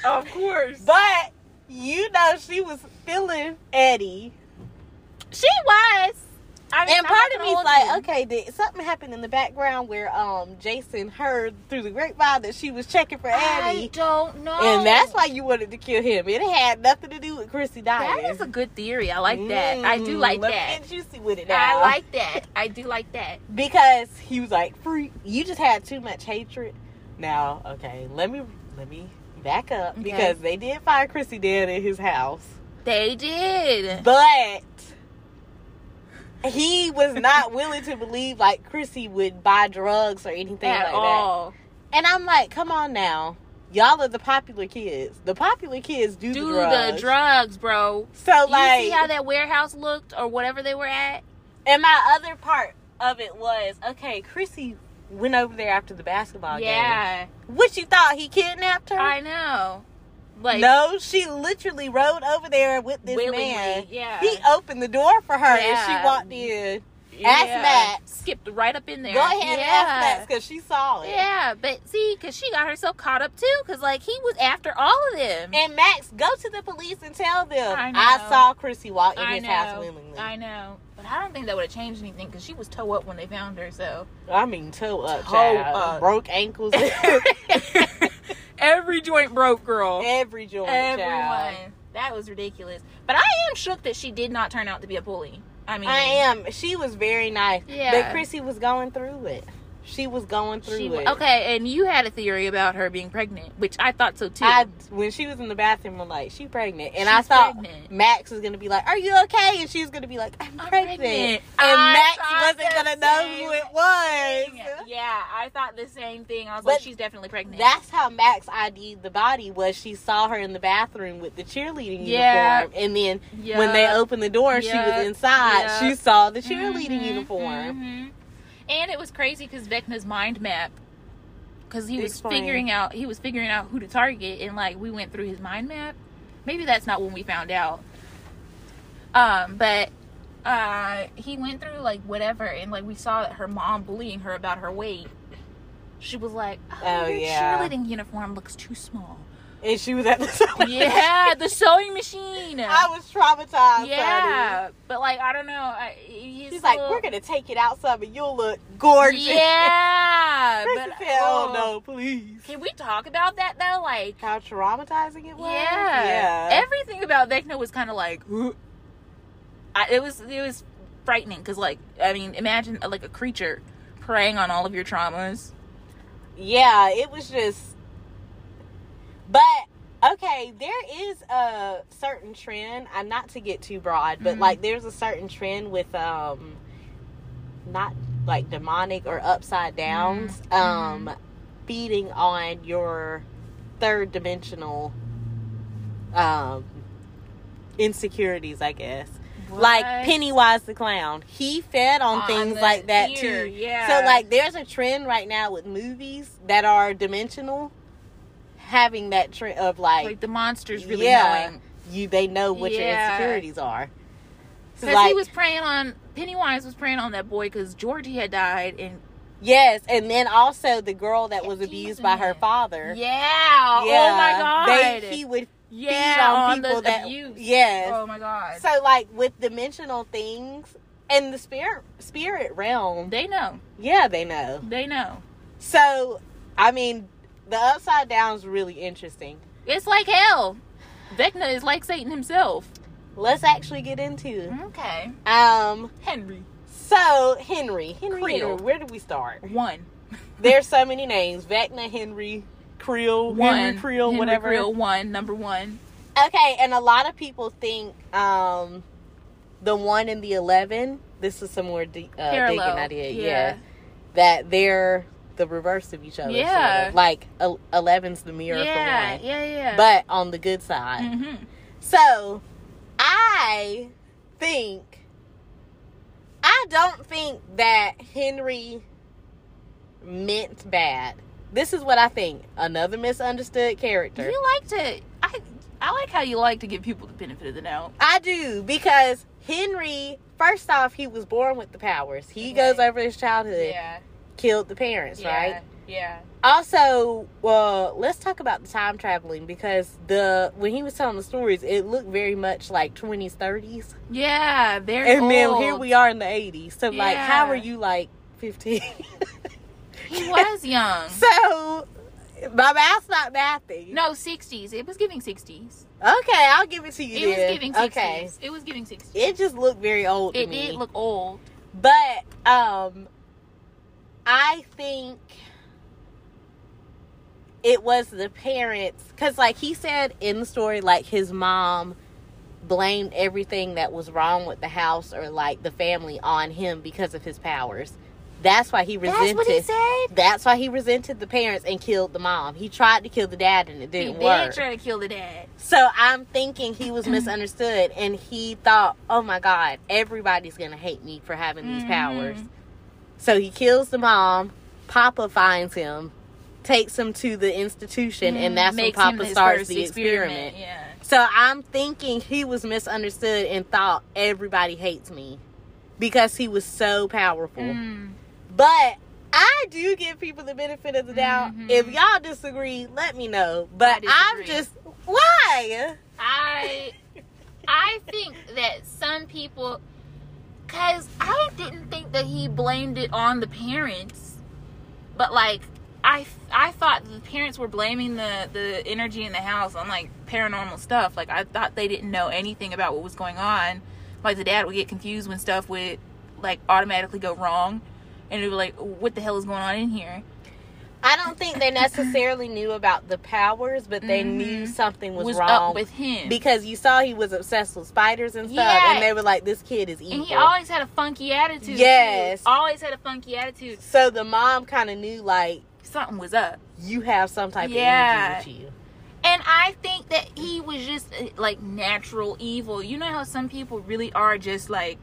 S1: of course.
S2: But you know she was feeling Eddie,
S1: She was. I mean, I'm
S2: and
S1: not
S2: part of
S1: gonna
S2: me's
S1: hold
S2: like,
S1: you.
S2: okay, did something happen in the background where um Jason heard through the grapevine that she was checking for
S1: I
S2: Eddie,
S1: don't know.
S2: and that's why you wanted to kill him. It had nothing to do with Chrissy dying. Mm,
S1: that is a good theory. I like that. I do like
S2: let
S1: that.
S2: Me get juicy with it
S1: I
S2: now.
S1: like that. I do like that.
S2: because he was like, "Free, you just had too much hatred." Now, okay, let me let me back up
S1: Okay.
S2: because they did find Chrissy dead in his house,
S1: They did.
S2: but he was not willing to believe like Chrissy would buy drugs or anything
S1: At
S2: like
S1: all.
S2: that. And I'm like, "Come on now, y'all are the popular kids. The popular kids do,
S1: Do
S2: the drugs."
S1: the drugs, bro.
S2: so
S1: you
S2: like,
S1: see how that warehouse looked or whatever they were at?
S2: and my other part of it was okay, Chrissy. Went over there after the basketball game.
S1: yeah.
S2: What you thought he kidnapped her?
S1: I know. Like
S2: no, she literally rode over there with this
S1: willingly.
S2: man.
S1: Yeah.
S2: He opened the door for her and
S1: Yeah.
S2: she walked in.
S1: yeah.
S2: Max.
S1: Skipped right up in there.
S2: Go ahead and ask
S1: Yeah.
S2: Max because she saw it.
S1: Yeah, but see, because she got herself caught up too, because like he was after all of them.
S2: And Max, go to the police and tell them
S1: I know.
S2: I, saw Chrissy walk in
S1: I
S2: his
S1: know.
S2: house willingly. I,
S1: I know, but I don't think that would have changed anything because she was toe up when they found her. So
S2: mean, toe up,
S1: Toe
S2: child.
S1: up.
S2: Broke ankles,
S1: every joint broke, girl.
S2: every joint,
S1: Everyone.
S2: child.
S1: That was ridiculous. But I am shook that she did not turn out to be a bully. I mean,
S2: I am. She was very nice, but
S1: Yeah.
S2: Chrissy was going through it. She was going through
S1: She,
S2: it.
S1: okay, and you had a theory about her being pregnant, which I thought so too.
S2: I when she was in the bathroom, I'm like, she pregnant, and I
S1: She's
S2: thought
S1: pregnant.
S2: Max was gonna be like, "Are you okay?" and she was gonna be like, "I'm,
S1: I'm
S2: pregnant. and
S1: I thought
S2: Max wasn't
S1: the
S2: gonna know who
S1: same
S2: it was.
S1: thing. Yeah, I thought the same thing. I was like,
S2: But
S1: she's definitely pregnant.
S2: That's how Max ID'd the body was she saw her in the bathroom with the cheerleading
S1: Yeah.
S2: uniform, and then
S1: yeah.
S2: when they opened the door, and she
S1: Yeah.
S2: was inside.
S1: Yeah. Mm-hmm.
S2: She saw the cheerleading
S1: Mhm,
S2: uniform.
S1: mhm. And it was crazy because Vecna's mind map because he was
S2: Explain.
S1: figuring out he was figuring out who to target, and like we went through his mind map. Maybe that's not when we found out. Um, but uh, he went through like whatever, and like we saw that her mom bullying her about her weight. She was like, "Oh,
S2: Oh,
S1: your
S2: yeah.
S1: cheerleading uniform looks too small."
S2: And she was at the sewing
S1: yeah, the sewing machine.
S2: I was traumatized.
S1: yeah,
S2: honey.
S1: but like I don't know. I, he's
S2: She's like,
S1: still-
S2: we're gonna take it outside, but you'll look gorgeous.
S1: Yeah,
S2: Princess
S1: but
S2: said, oh,
S1: oh.
S2: no, please.
S1: Can we talk about that though? Like,
S2: How traumatizing it was.
S1: yeah,
S2: Yeah.
S1: everything about Vecna was kind of like, I, it was it was frightening because like I mean, imagine uh, like a creature preying on all of your traumas.
S2: yeah, it was just. But okay, there is a certain trend. I'm not to get too broad, but
S1: Mhm.
S2: like there's a certain trend with um, not like demonic or upside downs,
S1: Mhm.
S2: um, feeding on your third dimensional um insecurities, I guess.
S1: What?
S2: Like Pennywise the clown, he fed on, things
S1: the
S2: like that
S1: ear,
S2: too.
S1: Yeah.
S2: So like there's a trend right now with movies that are dimensional having that trend of like,
S1: like the monsters really
S2: Yeah.
S1: knowing
S2: you they know what
S1: Yeah.
S2: your insecurities are. So
S1: because
S2: like
S1: he was preying on Pennywise was preying on that boy because Georgie had died and
S2: yes, and then also the girl that
S1: Kept
S2: was abused
S1: teasing
S2: by her
S1: him.
S2: father.
S1: yeah, oh my god
S2: They, he would feed
S1: yeah
S2: on,
S1: on,
S2: people
S1: the
S2: that
S1: abuse
S2: yes.
S1: oh my god
S2: So like with dimensional things and the spirit spirit realm,
S1: they know
S2: yeah, they know.
S1: they know
S2: So, I mean, the upside down is really interesting.
S1: it's like hell. Vecna is like Satan himself.
S2: Let's actually get into
S1: Okay,
S2: it. Um,
S1: Henry
S2: so Henry, Henry,
S1: Mm-hmm. Creel.
S2: Henry, where do we start?
S1: one
S2: There's so many names: Vecna, Henry, Creel,
S1: one
S2: Henry Creel,
S1: Henry
S2: whatever.
S1: Creel, one number one.
S2: Okay, and a lot of people think um, the one and the eleven. This is some more de- uh, digging
S1: Parallel.
S2: I did. yeah, that they're the reverse of each other. sort of.
S1: Yeah.
S2: like el- eleven's the mirror
S1: yeah,
S2: for one,
S1: yeah, yeah.
S2: but on the good side.
S1: Mhm.
S2: So, I think I don't think that Henry meant bad. This is what I think. Another misunderstood character.
S1: you like to. I I like how you like to give people the benefit of the doubt.
S2: I do because Henry, first off, he was born with the powers. He goes
S1: Right.
S2: over his childhood, killed the parents, right?
S1: Yeah.
S2: Also, uh, let's talk about the time traveling because the when he was telling the stories, it looked very much like twenties, thirties.
S1: Yeah. Very.
S2: And then
S1: old.
S2: here we are in the 80s. So, like,
S1: Yeah.
S2: how are you, like, 15?
S1: He was young.
S2: so, my math's not mathy.
S1: No, sixties. It was giving sixties.
S2: Okay, I'll give it to
S1: It
S2: you
S1: was
S2: then.
S1: giving sixties.
S2: Okay.
S1: It was giving sixties.
S2: It just looked very old to
S1: It
S2: me.
S1: did look old.
S2: But, um, I think it was the parents. Because, like, he said in the story, like, his mom blamed everything that was wrong with the house or, like, the family on him because of his powers. That's why he
S1: That's
S2: resented.
S1: what he said.
S2: That's why he resented the parents and killed the mom. He tried to kill the dad and it
S1: He
S2: didn't
S1: did
S2: work.
S1: try to kill the dad.
S2: so I'm thinking he was misunderstood and he thought, oh my God, everybody's going to hate me for having these powers.
S1: Mhm.
S2: So he kills the mom. Papa finds him, takes him to the institution, and that's
S1: Mm, Makes
S2: when
S1: him
S2: Papa
S1: his
S2: starts
S1: first
S2: the experiment.
S1: Yeah.
S2: So I'm thinking he was misunderstood and thought everybody hates me because he was so powerful.
S1: Mm.
S2: But I do give people the benefit of the doubt.
S1: Mhm.
S2: If y'all disagree, let me know. But
S1: I
S2: I'm
S1: disagree.
S2: just why?
S1: I I think that some people cuz I didn't think that he blamed it on the parents but like I I thought the parents were blaming the the energy in the house on like paranormal stuff like I thought they didn't know anything about what was going on like the dad would get confused when stuff would like automatically go wrong and it would be like what the hell is going on in here
S2: I don't think they necessarily knew about the powers, but they
S1: Mhm.
S2: knew something was,
S1: was
S2: wrong
S1: up with him
S2: because you saw he was obsessed with spiders and stuff,
S1: Yeah.
S2: and they were like, "This kid is evil."
S1: and he always had a funky attitude too.
S2: Yes.
S1: always had a funky attitude
S2: so the mom kind of knew like
S1: something was up.
S2: you have some type
S1: Yeah.
S2: of energy with you.
S1: And I think that he was just uh, like natural evil. You know how some people really are just like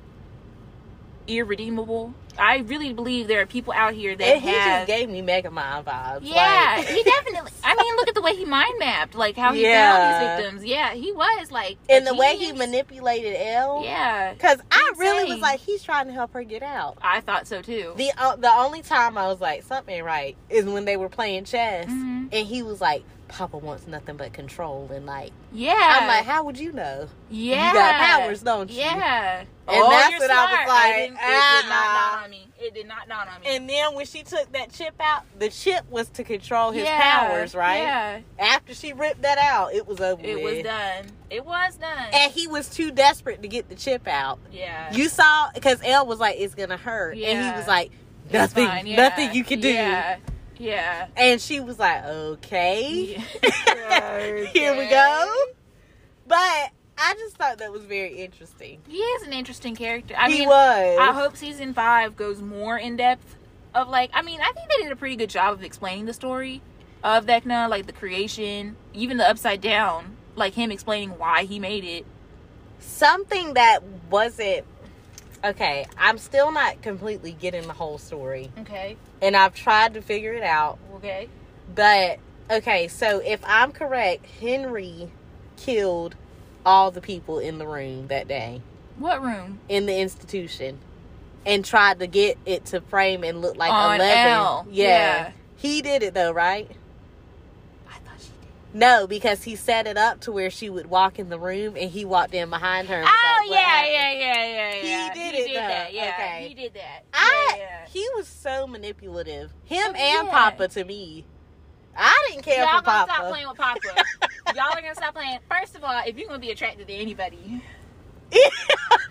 S1: irredeemable? I really believe there are people out here that
S2: And he
S1: have.
S2: just gave me Mega Mind vibes.
S1: yeah,
S2: like-
S1: he definitely. I mean, look at the way he mind mapped, like how he
S2: Yeah.
S1: found these victims. Yeah, he was like,
S2: and
S1: a
S2: the way he
S1: genius.
S2: manipulated Elle.
S1: Yeah,
S2: Because I really was
S1: Insane.
S2: like, he's trying to help her get out.
S1: I thought so too.
S2: The uh, the only time I was like something ain't right is when they were playing chess,
S1: Mhm.
S2: and he was like, "Papa wants nothing but control," and like
S1: yeah,
S2: I'm like, "How would you know?
S1: yeah,
S2: You got powers, don't you?"
S1: Yeah, and
S2: that's what I was like,
S1: it did
S2: ah.
S1: not dawn on me. It did not dawn on me.
S2: And then when she took that chip out, the chip was to control his
S1: Yeah,
S2: powers, right?
S1: Yeah,
S2: After she ripped that out, it was over.
S1: it
S2: with.
S1: was done. It was done.
S2: And he was too desperate to get the chip out.
S1: yeah,
S2: You saw because Elle was like, "It's gonna hurt," and he
S1: Yeah.
S2: was like,
S1: It's
S2: "Nothing,
S1: fine, yeah,
S2: nothing you can do."
S1: Yeah, yeah.
S2: And she was like, okay.
S1: Yeah.
S2: Here we go. But I just thought that was very interesting.
S1: He is an interesting character. I
S2: he
S1: mean,
S2: was.
S1: I hope season five goes more in depth of like. I mean, I think they did a pretty good job of explaining the story of Vecna, like the creation, even the Upside Down, like him explaining why he made it.
S2: Something that wasn't. Okay, I'm still not completely getting the whole story.
S1: Okay.
S2: And I've tried to figure it out.
S1: Okay.
S2: But, okay, so if I'm correct, Henry killed all the people in the room that day
S1: What room?
S2: in the institution and tried to get it to frame and look like
S1: On
S2: 11.
S1: L.
S2: yeah. He did it though, right?
S1: I thought she did.
S2: No, because he set it up to where she would walk in the room and he walked in behind her. And was
S1: Oh
S2: like, "What
S1: yeah,
S2: happened?"
S1: yeah, yeah, yeah,
S2: He
S1: yeah.
S2: did it,
S1: that.
S2: though.
S1: Yeah,
S2: Okay.
S1: he did that.
S2: I-
S1: yeah, yeah.
S2: He was so manipulative. Him
S1: Oh,
S2: and
S1: yeah.
S2: Papa to me. I didn't care
S1: Y'all
S2: for
S1: gonna stop
S2: Papa.
S1: playing with Papa. Y'all are gonna stop playing. First of all, if you're gonna be attracted to anybody,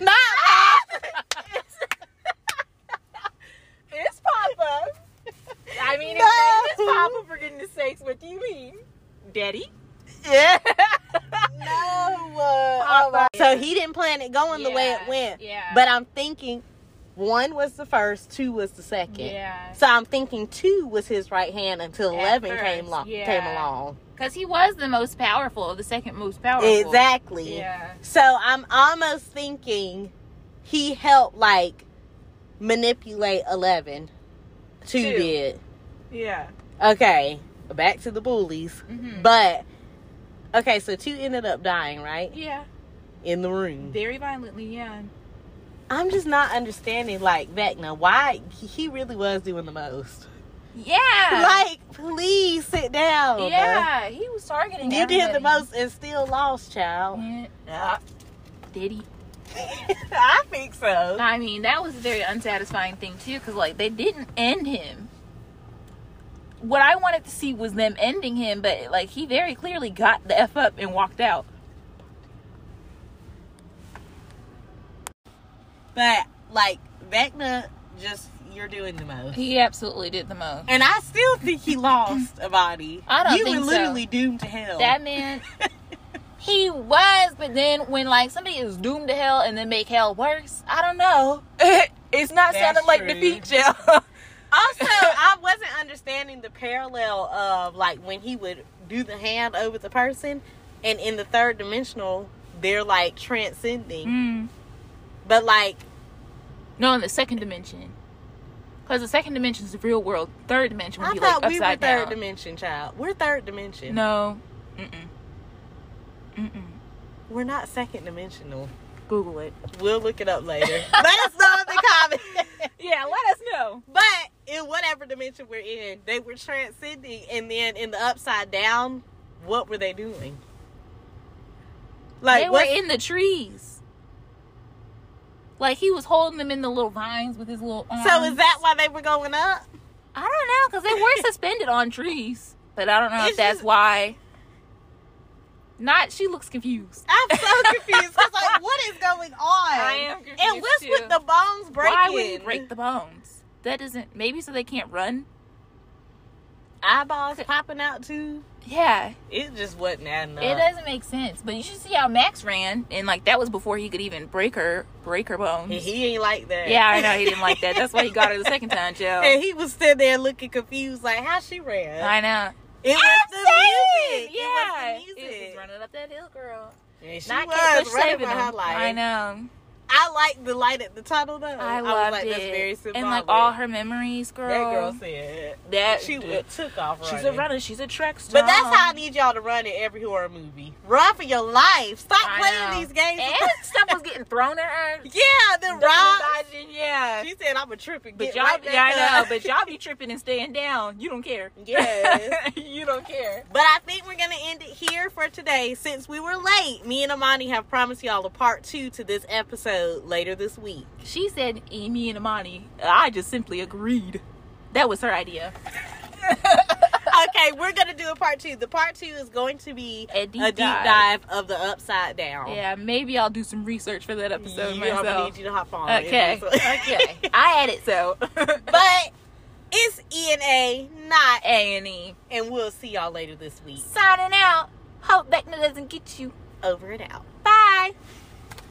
S2: Not
S1: it's,
S2: it's Papa.
S1: I mean,
S2: No.
S1: if it's Papa for goodness sakes, what do you mean, Daddy?
S2: Yeah. no. uh, oh my- So he didn't plan it going the way it
S1: Yeah,
S2: went.
S1: Yeah,
S2: But I'm thinking one was the first, two was the second.
S1: yeah,
S2: So I'm thinking two was his right hand until
S1: At
S2: eleven
S1: first,
S2: came along.
S1: yeah.
S2: Came along.
S1: because he was the most powerful, the second most powerful.
S2: Exactly.
S1: Yeah.
S2: So I'm almost thinking he helped like manipulate Eleven. Two,
S1: Two.
S2: did.
S1: Yeah.
S2: Okay, back to the bullies.
S1: hmm
S2: But okay, so two ended up dying right
S1: yeah.
S2: in the room.
S1: Very violently. Yeah.
S2: I'm just not understanding like Vecna why he really was doing the most.
S1: Yeah.
S2: Like, please sit down. bruh.
S1: yeah. He was targeting.
S2: Oh, You did the
S1: everybody.
S2: most and still lost, child.
S1: Yeah. Did he?
S2: I think so.
S1: I mean, that was a very unsatisfying thing too, because like they didn't end him. What I wanted to see was them ending him, but like he very clearly got the f up and walked out.
S2: But like Vecna, just you're doing the most.
S1: He absolutely did the most.
S2: And I still think he lost a body.
S1: I don't
S2: you
S1: think
S2: were
S1: so.
S2: literally doomed to hell.
S1: That man, he was, but then when like somebody is doomed to hell and then make hell worse, I don't know. it's not
S2: That's
S1: sounding like
S2: true.
S1: defeat, Jill.
S2: also, I wasn't understanding the parallel of like when he would do the hand over the person, and in the third dimensional, they're like transcending.
S1: mm.
S2: But like,
S1: No, in the second dimension. Because the second dimension is the real world. Third dimension would
S2: I
S1: be
S2: thought
S1: like
S2: we were
S1: upside
S2: third
S1: down.
S2: dimension, child. We're third dimension.
S1: No. Mm-mm. Mm-mm.
S2: We're not second dimensional.
S1: Google it.
S2: We'll look it up later. Let us know in the comments.
S1: Yeah, let us know.
S2: But in whatever dimension we're in, they were transcending, and then in the upside down, what were they doing? Like
S1: they
S2: what?
S1: were in the trees. Like he was holding them in the little vines with his little arms.
S2: so is that why they were going up?
S1: I don't know because they were suspended on trees, but I don't know if
S2: It's
S1: that's
S2: just-
S1: why. Not. She looks confused.
S2: I'm so confused. I was like, what is going on?
S1: I am
S2: And
S1: confused,
S2: what's
S1: too.
S2: with the bones breaking?
S1: Why would he break the bones? That doesn't. Maybe so they can't run.
S2: eyeballs popping out too?
S1: Yeah,
S2: It just wasn't adding up.
S1: it doesn't make sense. But you should see how Max ran, and like that was before he could even break her break her bones.
S2: And he ain't like that.
S1: Yeah, I know he didn't like that. That's why he got her the second time, Joe.
S2: and he was sitting there looking confused, like how she ran.
S1: I know.
S2: it was
S1: I'm
S2: the music.
S1: Yeah,
S2: It was the music.
S1: running up that hill, girl.
S2: And she
S1: Not
S2: was
S1: Kate Bush
S2: running
S1: saving
S2: for her
S1: him.
S2: life.
S1: I know.
S2: I like the light at the title though.
S1: I
S2: was
S1: loved
S2: like,
S1: it.
S2: That's very symbolic.
S1: and like all her memories, girl.
S2: that girl said
S1: That-
S2: she would- took off. Running.
S1: She's a runner. She's a track star.
S2: But that's how I need y'all to run in every horror movie. Run for your life. Stop
S1: I know.
S2: playing these games.
S1: And stuff was getting thrown at her.
S2: yeah, the
S1: Ducking,
S2: rock.
S1: dodging, yeah.
S2: She said I'm a trip and
S1: But
S2: get
S1: y'all,
S2: right back
S1: yeah, I know.
S2: up.
S1: But y'all be tripping and staying down. You don't care.
S2: Yes.
S1: you don't care.
S2: But I think we're gonna end it here for today. Since we were late, me and Amani have promised y'all a part two to this episode later this week.
S1: She said, "Amy and Amani." I just simply agreed. That was her idea.
S2: okay, we're gonna do a part two. The part two is going to be
S1: A deep
S2: a deep
S1: dive.
S2: dive. of the upside down.
S1: Yeah, maybe I'll do some research for that episode
S2: you, I'm gonna
S1: myself.
S2: need you to hop on.
S1: Okay. okay. I had it so.
S2: but it's E and A, not A,
S1: A and E
S2: and we'll see y'all later this week.
S1: signing out. Hope Beckner doesn't get you.
S2: Over and out.
S1: Bye.